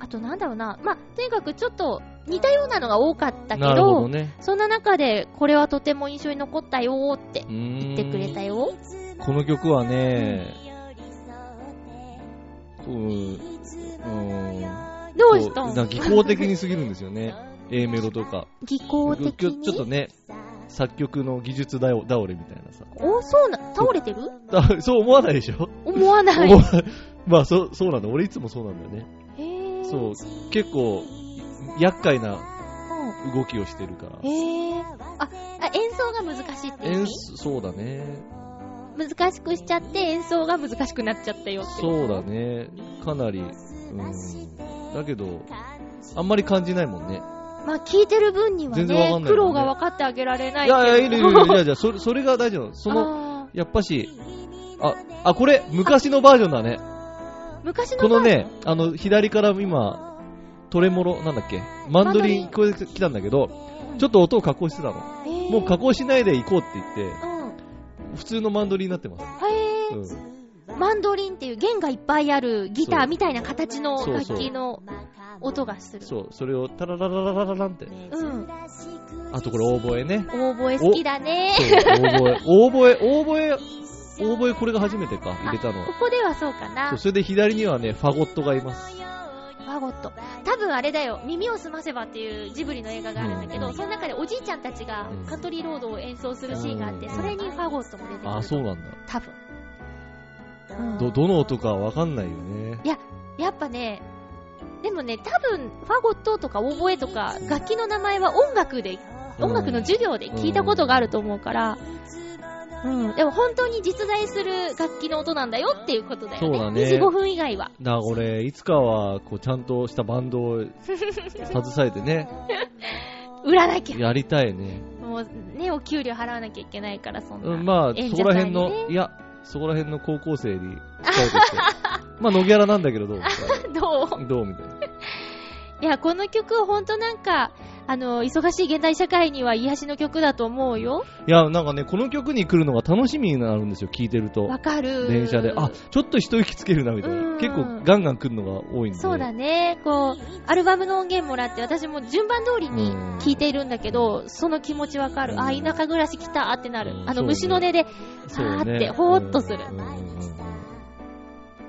あと、なんだろうな。まあ、とにかくちょっと似たようなのが多かっそたうけかなど、るほどね。そんな中で、これはとても印象に残ったよーって言言ってくれたよ。この曲はね、うん、うん、どうしたこんなんか技巧的に過ぎるんですよね。A メロとか。 [LAUGHS] 技巧的ちょに。ちょっとね、作曲の技術だよ倒れみたいなさ。お、そうな、倒れてるだそう思わないでしょ、思わない。思へわない [LAUGHS] まあそう、そうなんだ。俺いつもそうなんだよね。ー。そう、結構、厄介なう動きをしてるからん。。へー。あ、あ演奏が難しいって意演味奏、そうだね。難しくしちゃって演奏が難しくなっちゃったよって。そうだね。かなり、うん。だけど、あんまり感じないもんね。まあ聞いてる分にはね、全然わかんないもんね苦労が分かってあげられないいけど。やいや、いるいるい [LAUGHS] る。いやいや、それ、それが大丈夫。その、あやっぱし、あ、あ、これ、昔のバージョンだね。ー昔のこのバージョンね、あの、左から今、トレモロ、なんだっけ、マンドリン聞こえてきたんだけど、ちょっと音を加工してたの。へーもう加工しないで行こうって言っうん。て、普通のマンドリンになってます。へうーん。マンドリンっていう弦がいっぱいあるギターみたいな形のそうそう楽器の音がする。そう、それをタララララララランって。うん。あとこれ、オーボ [LAUGHS] エね。大声好きだね。そう、オーボエ。オーボエ、オーボエ、オーボエこれが初めてか、入れたのこ。こではそうかそうな。それで左にはね、ファゴットがいます。ワゴット。多分あれだよ、耳をすませばっていうジブリの映画があるんだけど、うんその中でおじいちゃんたちがうんカントリーロードを演奏するシーンがあって、うんそれにファゴットも出てくる。あ、そうなんだ。多分。うんど、どの音かわかんないよね。やっぱね、でもね、多分、ファゴットとかオーボエとか、楽器の名前は音楽で、音楽の授業で聞いたことがあると思うから、うん、でも本当に実在する楽器の音なんだよっていうことだよそうだね。[LAUGHS] ね25分以外は。なあ、俺、いつかは、こう、ちゃんとしたバンド [LAUGHS] を携えてね、売らなきゃ。やりたいね。もうね、お給料払わなきゃいけないから、そんな。うん、まあ、演そ者こさらんにね辺の、いや、そこら辺の高校生に、 [LAUGHS] まあ、ノギャラなんだけど、どうみたどういな。どうみたいな。いや、この曲本当なんか、あの、忙しい現代社会には癒しの曲だと思うよ。いや、なんかね、この曲に来るのが楽しみになるんですよ、聴いてるとわ。かる。電車で。あ、ちょっと一息つけるな、みたいうんな。結構、ガンガン来るのが多いんで。そうだね、こう、アルバムの音源もらって、私も順番通りに聴いているんだけど、その気持ちわかる。あ、うん田舎暮らし来たってなるう。んあの、そうね虫の音で、そうあね。ーってほーっとするうんうんうんうん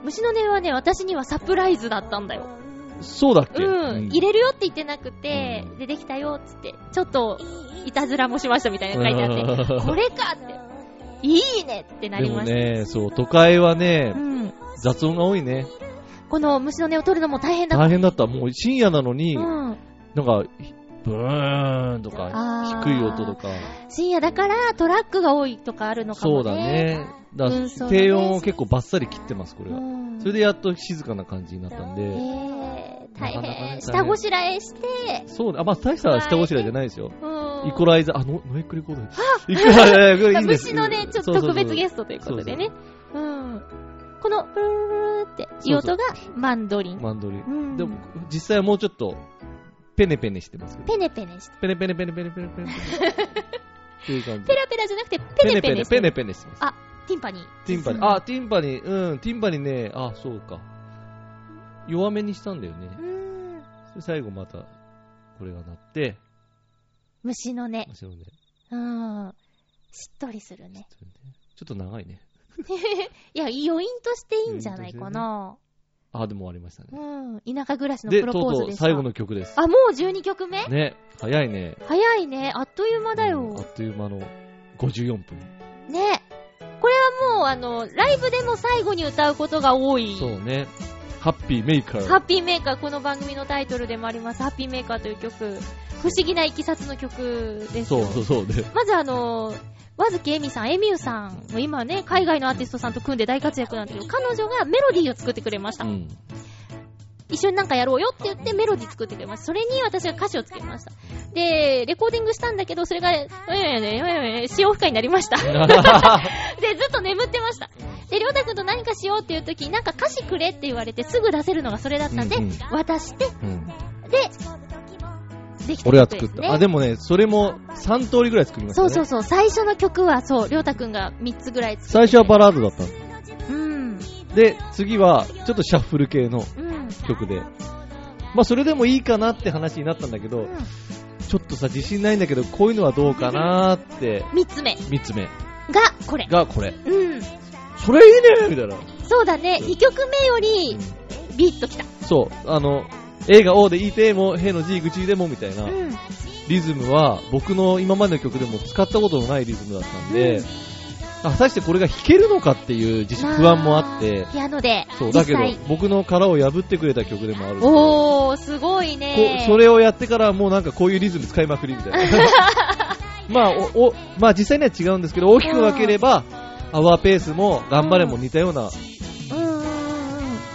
虫の音はね、私にはサプライズだったんだよ。そうだっけうん、入れれるよって言ってなくて、うんで、できたよっつって、ちょっと、いたずらもしましたみたいな書いてあって、 [LAUGHS] これかって、いいねってなでりもました。ね、そう、都会はねう、ん。雑音が多いね。この虫の音を取るのも大変だった。大変だった。もう深夜なのに、うん。なんか、ブーンとか、あー低い音と。か。深夜だからトラックが多いとかあるのかそもね。うだ。ね。だうんそうだね低音を結構バッサリ切ってます、これうは。ん。それでやっと静かな感じになったんえで。ー、大なかなかね変。下ごしらえして、そうだ、あ、まあ、大した下ごしらえじゃないですよ。うん。イコライザー、あ、ノノイクレコード。イコライザー、いいんです虫のね、ちょっと特別ゲストということでね。うん。この、プルルルっていう音がマンドリン。マンドリン。うんでも、実際はもうちょっと、ペネペネしてますけど。ペネペネして。ペネペネペネペネペネペネペネ。っていう感じペ。ラペラじゃなくて、ペネペネしてペる。ネペネしてます。ティンパニー。ティンパニ。あ、ティンパニ、うん、ティンパニね、あ、そうか。弱めにしたんだよねう。ーん。で最後また、これが鳴って、虫の音。後ろで。うん。しっとりするね。ちょっと長いね。いや、余韻としていいんじゃないかな。あ、でも終わりましたね。うん。田舎暮らしので、プとロうポーとズうでした。最後の曲です。あ、もう12曲目ね、早いね。早いね。あっという間だよあ。っという間の54分。ね。これはもう、あの、ライブでも最後に歌うことが多い。そうね。ハッピーメイカハー。ッピーメーカー、この番組のタイトルでもあります。ハッピーメーカーという曲。不思議な経きの曲ですそよ。うそうそうで。まずあのー、和月恵美さん、エミューさん、もう今ね、 [LAUGHS] 海外のアーティストさんと組んで大活躍なんだけど、彼女がメロディーを作ってくれました。うん。一緒になんかやろうよって言ってメロディー作ってくれました。それに私が歌詞をつけました。で、レコーディングしたんだけど、それが、うややね、うややね、使用不可になりました。 [LAUGHS] で、ずっと眠ってました。で、りょうたくんと何かしようっていう時、なんか歌詞くれって言われてすぐ出せるのがそれだったんで、うんうん渡して、うんで、できた曲ですね。俺は作った。あ、でもね、それも3通りぐらい作りましたそね。うそうそう、最初の曲はそう、りょうたくんが3つぐらい作最初はバラードだったの。る。うん。で、次は、ちょっとシャッフル系のうん。曲で。まあ、それでもいいかなって話になったんだけど、ちょっとさ、自信ないんだけど、こういうのはどうかなーって、 3つ目3つ目がこれ。がこれ。うん。それいいねみたいな。そうだね、2曲目よりビーッときた。そう、あの、A が O で E でも、への G 口でもみたいなうん。リズムは、僕の今までの曲でも使ったことのないリズムだったんで、あ果たしてこれが弾けるのかっていう自信不安もあって、ピアノで、そう、実だけど際。、僕の殻を破ってくれた曲でもあるんでこおー、すごいね。それをやってからはもうなんかこういうリズム使いまくりみ [LAUGHS] たいな。まあ、お、お、まあ実際には違うんですけど、大きく分ければ、アワーペースも頑張れも似たようなうんうんうん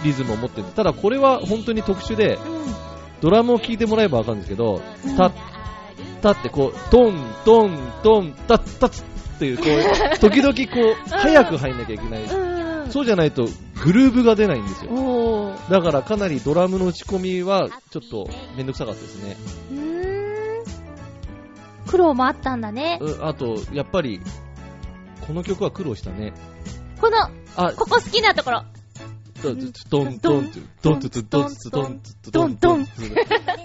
リズムを持ってる。ただこれは本当に特殊で、うん。ドラムを聴いてもらえばわかるんですけど、うんた、たってこう、トン、トン、トン、た、たつっていう、こう、時々こう、早く入んなきゃいけない。うんうん。そうじゃないと、グルーブが出ないんですよ。おー。だからかなりドラムの打ち込みはちょっとめんどくさかったですね。うーん。苦労もあったんだね。うあと、やっぱり、この曲は苦労したね。この、あ、ここ好きなところ。ドンドンドンドンドンドンドンドンドドンン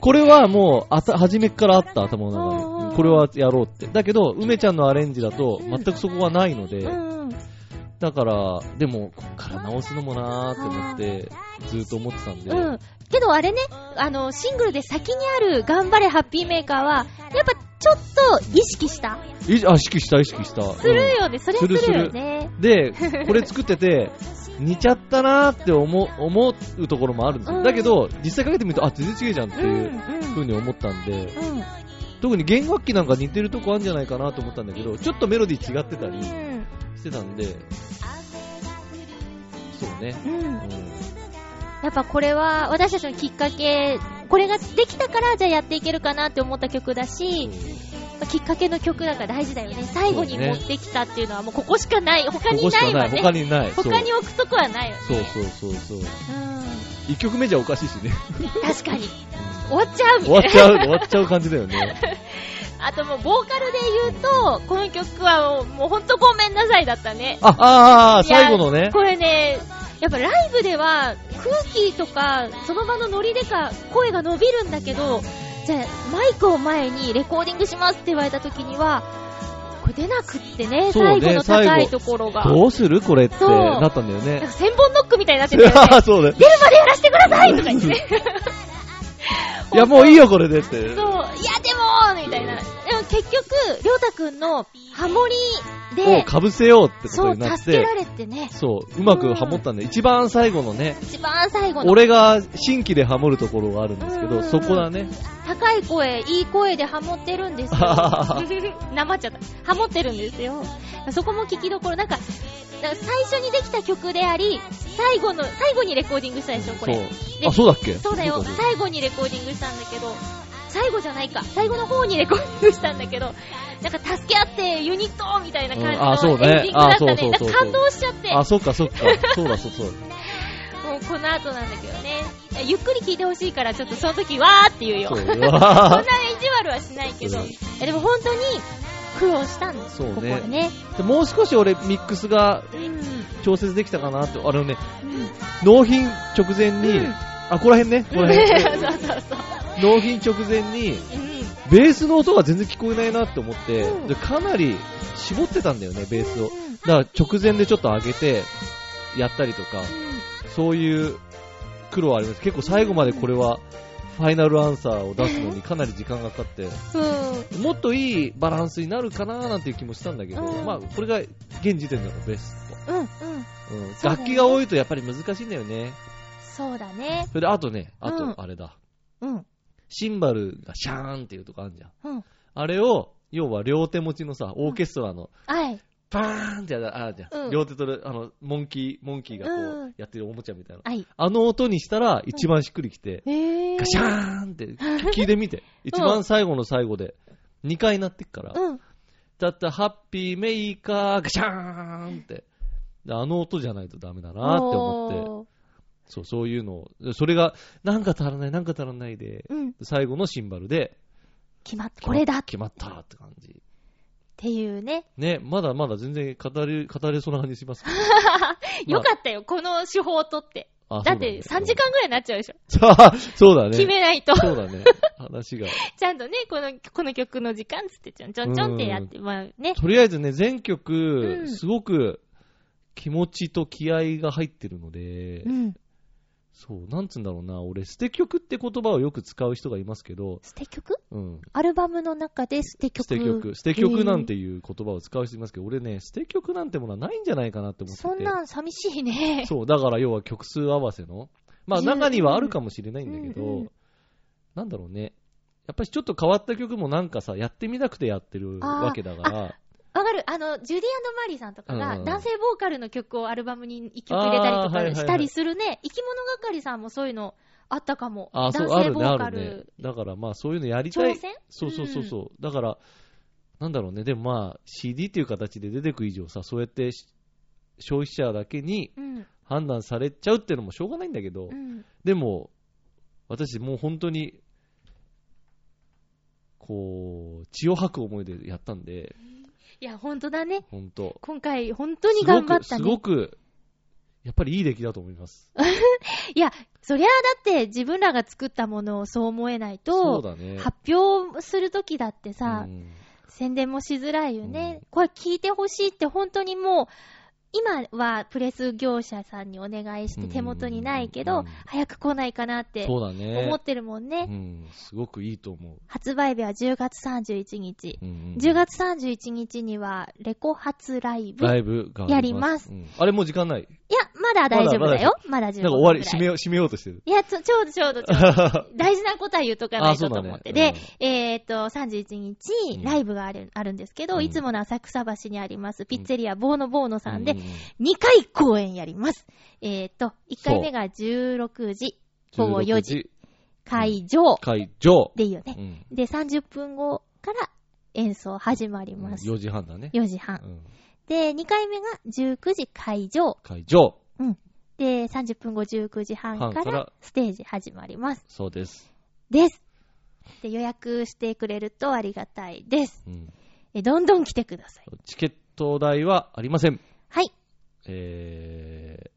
これはもう、あた、初めっからあった頭の中うんに。これはやろうって。だけど、梅ちゃんのアレンジだと全くそこはないので、うんうん。だから、でも、こっから直すのもなーって思って、ずーっと思ってたんで、うん。けどあれね、あの、シングルで先にある頑張れハッピーメーカーは、やっぱちょっと意識した。いあ、意識した意識した。するよね。それすするるよね。で、これ作ってて、似ちゃったなーって思う思うところもあるんですよ。だけど、実際かけてみると、あ、全然違うじゃんってうん。ういんう。風に思ったんで、うん。特に弦楽器なんか似てるとこあるんじゃないかなと思ったんだけど、ちょっとメロディー違ってたりしてたんで、そうね。うん。うんう。んやっぱこれは私たちのきっかけ、これができたからじゃあやっていけるかなって思った曲だし、きっかけの曲だから大事だよね。最後に持ってきたっていうのはもうここしかない。他こにこしなかいわない。ね。他にない。そう他に置くとこはないよね。そうそうそうそう。う一曲目じゃおかしいしね。ん。確かに。終わっちゃうみ終たわいっな。ちゃう、終わっちゃう感じだよね。あともうボーカルで言うと、この曲はもうほんとごめんなさいだったね。あ、ああ、いや最後のね。これね、やっぱライブでは空気とかその場のノリでか声が伸びるんだけど、じゃあマイクを前にレコーディングしますって言われた時には、これ出なくってね、そう最後ねの高最い後ところが。どうするこれってそうなったんだよねなんか。千本ノックみたいになってたよね。 [LAUGHS] ああ、そうね。電話でやらせてくださいとか言って。いや、もういいよ、これでって。そう、いやでもみたいな。でも結局、りょうたくんのハモリをで、かぶせようってこそとうになっ助けてら、れてね、そう、うまくハモったんで、一番最後のね、一番最後の俺が新規でハモるところがあるんですけうんうんうど、んそこだね。高い声、いい声でハモってるんですよ。 [LAUGHS] なまっちゃった。ハモってるんですよ。そこも聞きどころ。なんか、なんか最初にできた曲であり、最後の、最後にレコーディングしたでしょ、こそれ。う。であ、そうだっけそうだよ。か最後にレコーディングしたんだけど、最後じゃないか。最後の方にレコーディングしたんだけど、なんか助け合ってユニットみたいなうん感あじそのうねエンディングだったあそね。うなんそうそうそうか感動しちゃって、もあ、そっかそっか。そうだ、そうそう。うこの後なんだけどね。ゆっくり聴いてほしいから、ちょっとその時わーって言うよ。そそんうな意うわ地悪はしないけどうん。えでも本当に苦労したんです、そうねここでね。ーでもう少し俺、ミックスがうん。調節できたかなと。あのね、納品直前にうん、あ、ここら辺ね、ここら [LAUGHS] 辺。そうそうそう。納品直前に、うベースの音が全然聞こえないなって思って、うんでかなり絞ってたんだよね、ベースをん。うんだから直前でちょっと上げて、やったりとか、そういう苦労はあります。結構最後までこれは、ファイナルアンサーを出すのにかなり時間がかかって、そう。もっといいバランスになるかなーなんていう気もしたんだけど、うんまあ、これが現時点でのベスト。うん。うん。うんそうだね楽器が多いとやっぱり難しいんだよね。そうだね。それで、あとね、あうんと、あれだ。うん。シンバルがシャーンっていうとこあるじゃん。うん。あれを、要は両手持ちのさ、オーケストラのはい。バーンってやる、あ、じゃあ、うん両手取る、あの、モンキー、モンキーがこうんうんう、やってるおもちゃみたいな。はい。あの音にしたら、一番しっくりきて、へガシャーンって聞いてみて。一番最後の最後で、2回なってっから、うん。だったらハッピーメイカー、ガシャーンって。であの音じゃないとダメだなって思って、っそう、そういうのを、でそれが、なんか足らない、なんか足らないで、うん。最後のシンバルで、決まっ、これだっ決まったって感じ。ていうね。ね、まだまだ全然語れ、語れそうな感じしますけど。まあ [LAUGHS] よかったよ、この手法を取って。あだって3時。間ぐらいになっちゃうでしょ。そうだね [LAUGHS] そうだね。決めないと。 [LAUGHS] そうだね。話が。ちゃんとね、この、この曲の時間つってちょんちょんちょんってやって、まあね。とりあえずね、全う曲、んすごく気持ちと気合が入ってるので、うん。そう、なんつうんだろうな、俺、捨て曲って言葉をよく使う人がいますけど、捨て曲うん。アルバムの中で捨て曲。捨て曲、捨て曲なんていう言葉を使う人いますけど、俺ね、捨て曲なんてものはないんじゃないかなって思ってて。そんなん寂しいね。 [LAUGHS] そう、だから要は曲数合わせの。まあ十中にはあるかもしれないんだけど、うんうんなんだろうね。やっぱりちょっと変わった曲もなんかさ、やってみたくてやってるわけだから、わかるあの、ジュディマリーさんとかうんうがん男性ボーカルの曲をアルバムに一曲入れたりとあーはいはいはかいしたりするね。生き物係さんもそういうのあったかも。ああ、男そう、あ性るボね、ーあカるねル。。だからまあそういうのやりた挑い。戦そうそうそうそう。だから、なんだろうね、でもまあ CD っていう形で出てく以上さ、そうやってし消費者だけにうん。判断されちゃうっていうのもしょうがないんだけど、うん。でも、私もう本当に、こう、血を吐く思いでやったんで、いや、ほんとだね。本当。今回、本当に頑張ったすねご。く、やっぱりいい出来だと思います。いや、そりゃあだって自分らが作ったものをそう思えないそうと、だね。発表するときだってさ、うん宣伝もしづらいよね。うんこれ聞いてほしいって本当にもう、今はプレス業者さんにお願いして手元にないけうんど、うんうん早く来ないかなってそうだね。思ってるもんね。うん、すごくいいと思う。発売日は10月31日。うんうん10月31日には、レコ発ライブ。いライブがあやりますうんあれもう時間ない。や、まだ大丈夫だよ。まだな15んか分終わり、くらい締めよう、締めようとしてる。いや、ちょ、ちょうどちょうどちょうど。大事なことは言うとかないあとそうだとね思って。うでん、えっと、31日う、んライブがあるあるんですけど、うんいつもの浅草橋にあります、ピッツェリア、ボーノボーノさんでう、う2回公演やります。えっと、1回目が16時、午後4時、。会場会場。でいいよねう。んで、30分後から演奏始まります。 4時半だね。 4時半。うんで、2回目が19時会場。会場。で、30分後19時半か半かららステージ始まります。そうです。です。で、予約してくれるとありがたいです。うんえ、どんどん来てください。チケット代はありません。はい。えー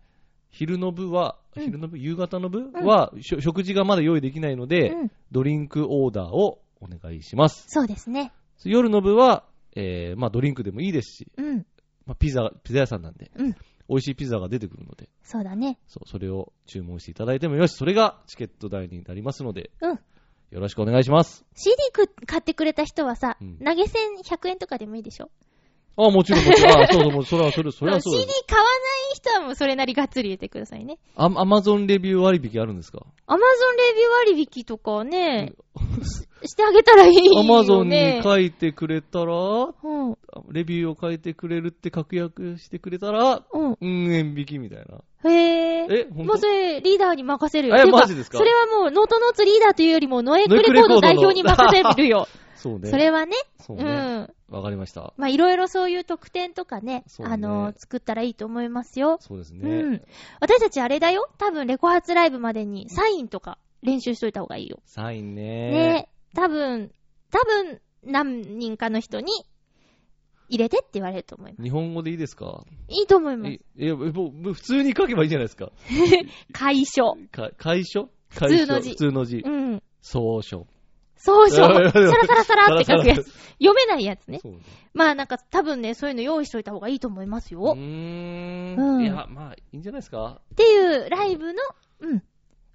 昼の部は、うん昼の部、夕方の部うんは、しょ食事がまだ用意できないので、うん。ドリンクオーダーをお願いします。そうですね。夜の部は、えーまあドリンクでもいいですし、うん。まあ、ピザ、ピザ屋さんなんで、うん美味しいピザが出てくるので、そうだね。そう、それを注文していただいてもよし、それがチケット代になりますので、うんよろしくお願いします。 CD く買ってくれた人はさ、うん投げ銭100円とかでもいいでしょあ、もちろん、もちろん、あ、そうそう、もうそれは、それ、それはそう CD です。買わない人はもうそれなりがっつり入れてくださいね。アアマゾンレビュー割引あるんですか Amazon レビュー割引とかね、してあげたらいいよね。アマゾンに書いてくれたら、うん。レビューを書いてくれるって確約してくれたら、うん。うん、円引きみたいな。へー。え、ほんもうそれ、リーダーに任せるよ。えていうマジですかそれはもう、ノートノーツリーダーというよりも、ノエックレコーノエドックレコードの代表に任せるよ。そう [LAUGHS] ね。それはね、そううね。ん。わ、かりました。まあ、いろいろそういう特典とかね、そうねあの、作ったらいいと思いますよ。そうですうね。ん。私たちあれだよ。多分、レコ発ライブまでに、サインとか練習しといた方がいいよ。サインね。ね。多分、多分、何人かの人に、入れてって言われると思います。日本語でいいですかいいと思いますえ。、え、もうもう普通に書けばいいじゃないですか。解消。か、解消普通の字普通の字う。ん。総書。そう [LAUGHS] そう。いやいやサいやラサラサラって書くやつ。読めないやつね。 [LAUGHS] そうね。まあなんか多分ね、そういうの用意しといた方がいいと思いますうよ。ー。うんんいや、まあ、いいんじゃないですかっていうライブの、うん、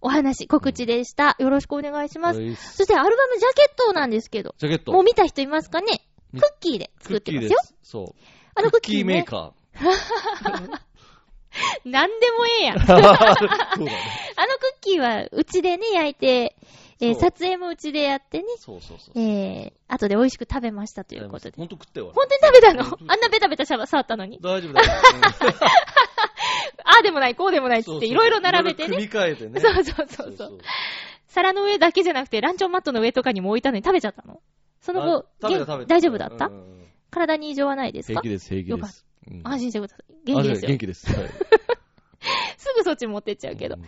お話、告知でした。よろしくお願いします。はいそしてアルバムジャケットなんですけど、ジャケット。もう見た人いますかねクみッキーで作ってますクッキーでよ。す。そう。あのクッキキーーメねー。カ [LAUGHS] [LAUGHS] なんでもええやん。あのー。そうだね。クッキーはうちでね、焼いて、えーそう撮影もうちでやってね、そうそうそう。えー、後で美味しく食べましたということで。本当食ったよ。本当に食べたの本当にあんなベタベタしゃ触ったのに。大丈夫だよ。ああでもない、こうで [LAUGHS] もないっつって、いろいろ並べて組ね。み替えてね。そうそうそうそう。皿の上だけじゃなくて、ランチョンマットの上とかにも置いたのに食べちゃったのその後、あ食べ元た食べた。大丈夫だった、うんうんうん体に異常はないです平か気です、平気よでかっす。うん安心してください。元気ですよあ元。気です。はいすぐそっち持ってっちゃうけど。うんね、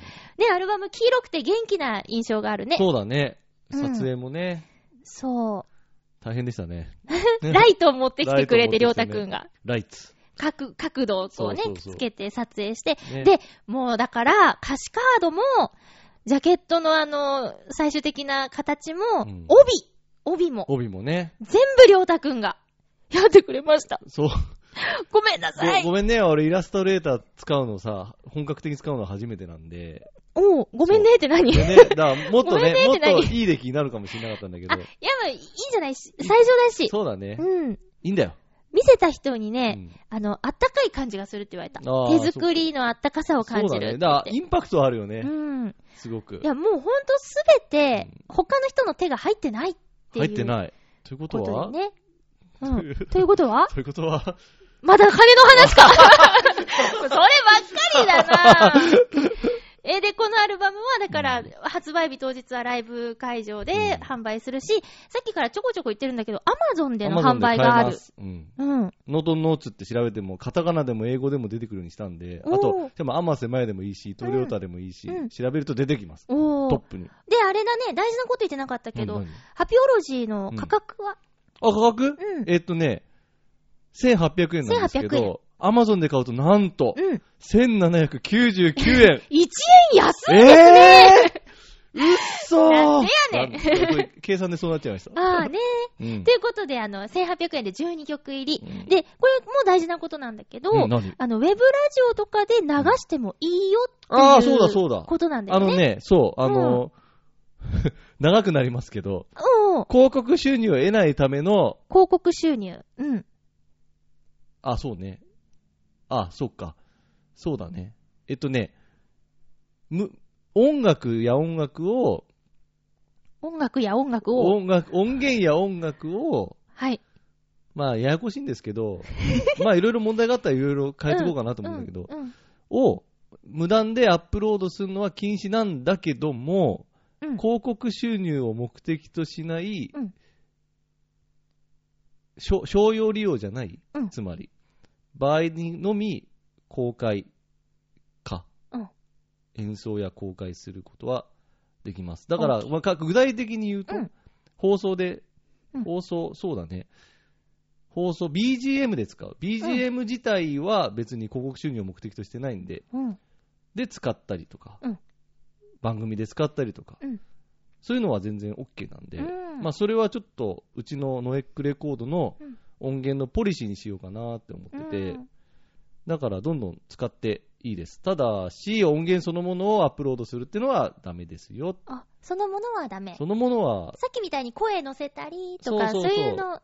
アルバム黄色くて元気な印象があるね。そうだね。うん撮影もね、そ大変でしたね。ライトを持ってきてくれて、りょうたくんが。ライツ。角、角度をこうね、そうそうそうつけて撮影して。ねで、もうだから、歌詞カードも、ジャケットのあの、最終的な形も、うん帯、帯も、帯もね。全部りょうたくんが、やってくれました。そう。ごめんなさいご。ごめんね、俺イラストレーター使うのさ、本格的に使うのは初めてなんで。 [LAUGHS] おう、ごめんねって何いでや、ね、だからもっとごね、もめっんねって何といい出来になるかもしれなかったんだけど。まあ、いいんじゃないし、最初だし。そうだね。うん。いいんだよ。見せた人にうね、んあの、あったかい感じがするって言われたあ。ー手作りのあったかさを感じるってそうだね。言っだかてら、インパクトあるよね。うん。すごくい。や、もうほんとすべて、他の人の手が入ってないっていう。入ってない。というこことはとでね。うとん [LAUGHS] いう。ということはということは、まだ金の話 [LAUGHS] かそればっかりだなえ、で、このアルバムは、だから、発売日当日はライブ会場でうん販売するし、さっきからちょこちょこ言ってるんだけど、アマゾンでの Amazon 販売があ買えまる。すうん。うん。ノートンノーツって調べても、カタカナでも英語でも出てくるようにしたんで、あおーと、でも、アマセマヤでもいいし、トヨタでもいいし、うん調べると出てきます。おトッー。プに。で、あれだね、大事なこと言ってなかったけど、うん何ハピオロジーの価格は、あ、価格、うんえっとね、1800円なんですけ1800円ど、アマゾンで買うとなんと、うん。1 1799円円安いええー、うっそーなんでやねんなんだこれ計算でそうなっちゃいま [LAUGHS] した。まあ [LAUGHS] ね。うんということで、あの、1800円で12曲入り。うんで、これも大事なことなんだけど、うん何あの、ウェブラジオとかで流してもいいよっていう、ああ、そうだそうだ。ことなんだあよね。のね、そう、あの、 [LAUGHS] 長くなりますけど、うん。広告収入を得ないための、広告収入。うん。あ、そうね。あ、そっか。そうだね。えっとね、む、音楽や音楽を、音楽や音楽を。音楽、音源や音楽を、はい。まあ、ややこしいんです [LAUGHS] けど、まあ、いろいろ問題があったらいろいろ変えていこうかなと思うんだけど、うんうんを無断でアップロードするのは禁止なんだけども、うん広告収入を目的としない、うんしょ商用利用じゃない、うんつまり、場合にのみ公開か、うん演奏や公開することはできます。だから、まあか具体的に言うと、うん放送で、うん放送、そうだね。放送、BGM で使う。BGM 自体は別に広告収入を目的としてないんで、うん。で使ったりとか、うん番組で使ったりとか、うんそういうのは全然 OK なんで、うんまあ、それはちょっとうちのノエックレコードのうん音源のポリシーにしようかなって思ってて、うんだからどんどん使っていいですただし音源そのものをアップロードするっていうのはダメですよあ、そのものはダメ。さそのものはっきみたいに声乗せたりとか、そそううそうそういうのを、は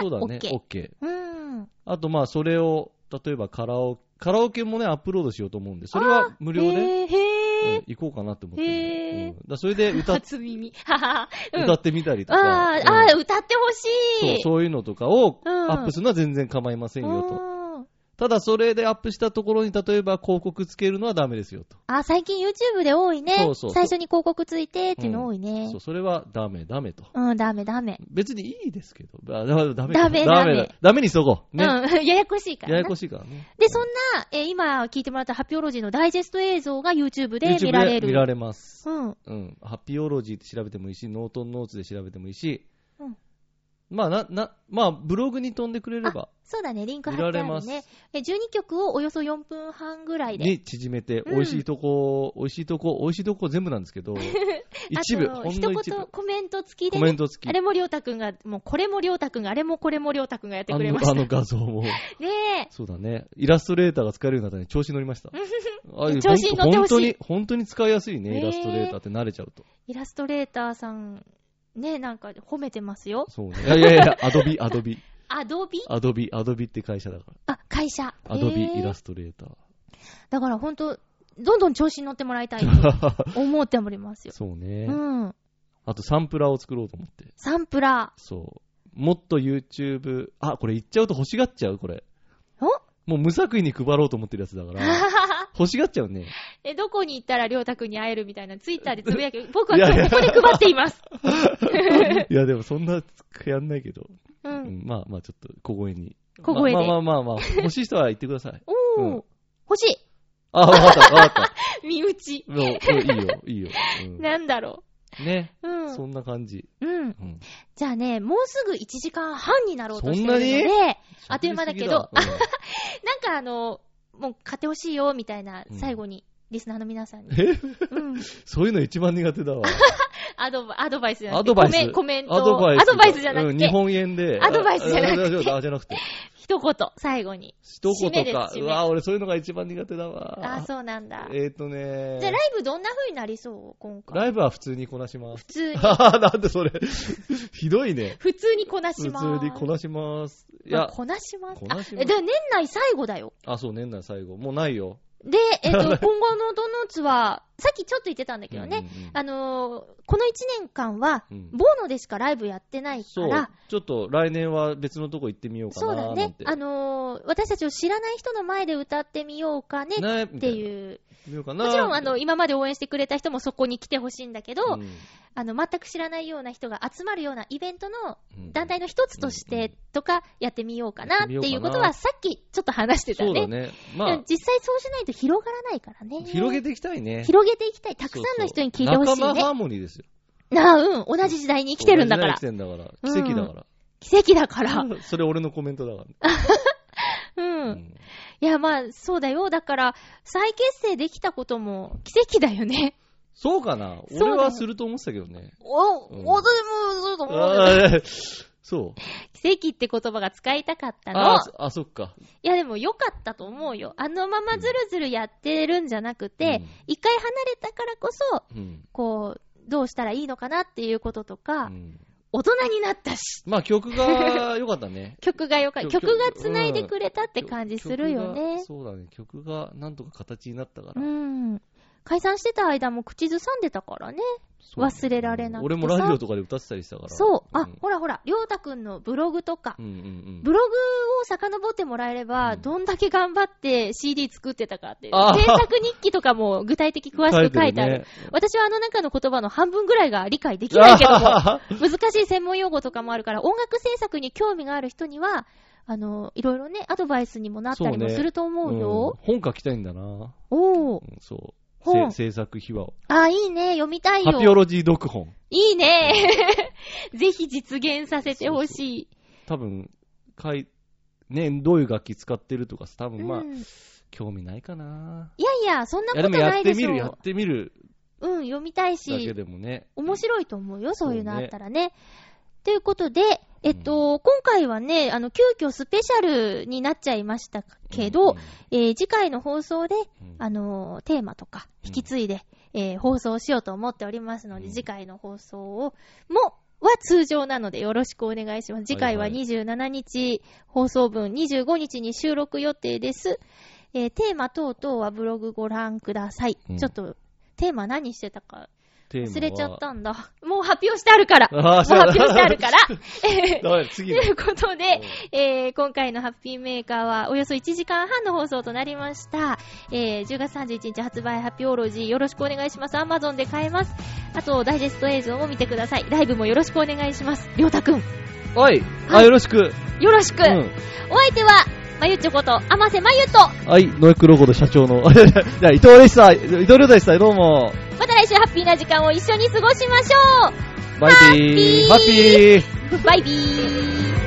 そうだね OK。 OK うん。あとまあそれを例えばカラオケカラオケもねアップロードしようと思うんでそれは無料で、へーうへん行こうかなって思ってる、へーうんだからそれでー。歌っ [LAUGHS] 初耳。ははは。うん歌ってみたりとか、あうんーあー、歌ってほそうしい。う、そういうのとかをうんアップするのは全然構いませんよと。と。ただそれでアップしたところに例えば広告つけるのはダメですよと。あ、最近 YouTube で多いね。そうそうそう最初に広告ついてっていうの多いねそう、。それはダメ、ダメと。うん、ダメダメ。別にいいですけど。あダメ、ダ [LAUGHS] メ。ダメダダメメだダメにしとこう。ね。うん、 [LAUGHS] ややこしいからな。ややこしいからね。で、そんな、えー今聞いてもらったハピオロジーのダイジェスト映像が YouTube で YouTube 見られる。見られます。うん。うん。ハピオロジーって調べてもいいし、ノートンノーツで調べてもいいし。うんまあ、な、な、まあ、ブログに飛んでくれれば、そうだね、リンク貼見ってあらるれます。ね。えー12曲をおよそ4分半ぐらいで。に縮めて、うん美味しいとこ、美味しいとこ、美味しいとこ全部なんです [LAUGHS] けど、一部、あほと、ん一の言一部。コメント付きでコね、メント付あき。れもりょうたくんが、もうこれもりょうたくんが、あれもこれもりょうたくんがやってあくれまのした。あねの画像も。え。そうだね。イラストレーターが使えるようになったね。調子乗 [LAUGHS] りました。ああいう調子に乗ってほしい本当に、本当に使いやすいねえね。イラストレーターって慣れちゃうと。イラストレーターさん、ねなんか褒めてますよ。そうね。いやいやいや、アドビ、アドビ、アドビアドビ、アドビって会社だかあ、会社。ら。アドビへーイラストレーター。だからほんと、どんどん調子に乗ってもらいたい [LAUGHS] と思っておりますよ。そうねう。ん。あとサンプラーを作ろうと思って。サンプラそう。もっと YouTube、あ、これ言っちゃうと欲しがっちゃうこれ。ー。おもう無作為に配ろうと思ってるやつ [LAUGHS] だから。欲しがっちゃうね。え、どこに行ったらりょうたくんに会えるみたいな、ツイッターでつぶやく。僕は今日ここで配っています。いや、でもそんなやんないけど。う。うんんまあまあちょっと、小声に。小声で。まあまあまあまあまあ、欲しい人は言ってください [LAUGHS] おー、うん欲しあ、わかった、わかっい。身内た。。もう、もういいよ、いいよ。うんなんだろね。う。うん。そんな感じ。うん。うんじゃあね、もうすぐ1時間半になろうとしているのそんで、あっという間だけど喋りすぎだなんかあの、もう買ってほしいよ、みたいなう、ん最後に、リスナーの皆さんに。うんえうん。そういうの一番苦手だ [LAUGHS] わ。アドバアドバイスじゃなアくて、ドバイス。コメンコメント。アドバイス。じゃなうくんて、日本円で。アドバイスじゃなくてああああじゃなくて。一言、最後に。一締めです言か。締うめわ、俺そういうのが一番苦手だわ。あー、そうなんだ。えっとねじゃあライブどんな風になりそう今回。ライブは普通にこなしま普す。 [LAUGHS] 通に。なんでそれ。ひどいね。普通にこなし普ま通す。にこなします。いまあや、こなします。こなしまあすで、年内最後だよ。あ、そう、年内最後。もうないよ。で、えっ、と、今後のドノーツは、さっきちょっと言ってたんだけどね、うんうんうんあのーこの1年間は、うんボーノでしかライブやってないかそうら、。ちょっと来年は別のとこ行ってみようかそうだなーなんねて。。あのー私たちを知らない人の前で歌ってみようかねねっていう。見ようかなもちろん、あの、今まで応援してくれた人もそこに来てほしいんだけど、うんあの、全く知らないような人が集まるようなイベントのうん団体の一つとしうんうてんとかやってみようかなっていうことやはっさっきちょっと話してたそうだね。ね。まうん実際そうしないと広がらないからあ、ね。広げていきたいね。広げていきたい。たくさんの人に聞いてほしいそうそう仲間ね。ハーモニーですよ。なあ、うん。同じ時代に生きてるんだから生き。てんだから。奇跡だか奇跡だから。ら。それ俺のコメントだかう。ら。うんんいや、まあ、そうだよ。だから、再結成できたことも奇跡だよね。そうかなうだよ俺はすると思ってたけどね。お、 [LAUGHS] うんお、私もそうだ思うよ。あーそう。奇跡って言葉が使いたかったのあ。ー、あそっか。いや、でも良かったと思うよ。あのままずるずるやってるんじゃなくうてん、一回離れたからこそ、うん。こう、どうしたらいいのかなっていうこととうか、ん大人になったし、まあ曲が良かったね。曲がよかっ曲曲が繋いでくれたって感じするよ曲ねが。そうだね。曲がなんとか形になったからう。ん。解散してた間も口ずさんでたからね。そう忘れられなくて俺もラジオとかで歌ってたりしたから。そう。あん、ほらほら、りょうたくんのブログとかう、んうんうブん。ログを遡ってもらえれば、うんどんだけ頑張って CD 作ってたかっていう。あー制作日記とかも具体的詳しく書いてある。ね。私はあの中の言葉の半分ぐらいが理解できないけども、難しい専門用語とかもあるから、音楽制作に興味がある人には、あの、いろいろね、アドバイスにもなったりもすると思うよ。うん本書きたいんだな。おーうんそう。本せ制作秘話を。あ、いいね。読みたいハピオよ。ロジー読本。いいね。 [LAUGHS] ぜひ実現させてほしい。多分、かい、ね、どういう楽器使ってるとかさ、多分まあ、うん、い興味ないかな。やいや、そんないこや、とでもやなっいでてしみょる、やってみるうん、読みたいだけし、でもね。面白いと思うよ、そういうのあったらね。と、いうことで、えっと、今回はね、あの、急遽スペシャルになっちゃいましたけど、うんえー次回の放送で、うんあのーテーマとかうん引き継いで、えー放送しようと思っておりますので、うん次回の放送を、も、は通常なのでよろしくお願いします。次回ははいはい27日放送分、25日に収録予定です。えーテーマ等々はブログご覧ください。うんちょっと、テーマ何してたかテーマは忘れちゃっ。たんだ。もう発表してあるから。もう [LAUGHS] あー発そうだ表して [LAUGHS] あるから。えーだから次ということで、えー今回のハッピーメーカーはおよそ1時間半の放送となりました。えー10月31日発売ハピオロジーよろしくお願いします。Amazon で買えます。あと、ダイジェスト映像も見てください。ライブもよろしくお願いします。りょうたくん、おい、あ、よろしく。よろしく、うん。お相手は、まゆっちょこと、あませまゆと、はい、ノエクロゴド社長の、 [LAUGHS] じゃあ伊藤でした。伊藤亮太でした。どうも。また来週ハッピーな時間を一緒に過ごしましょバイビー。ハハッッピピー。うバイビー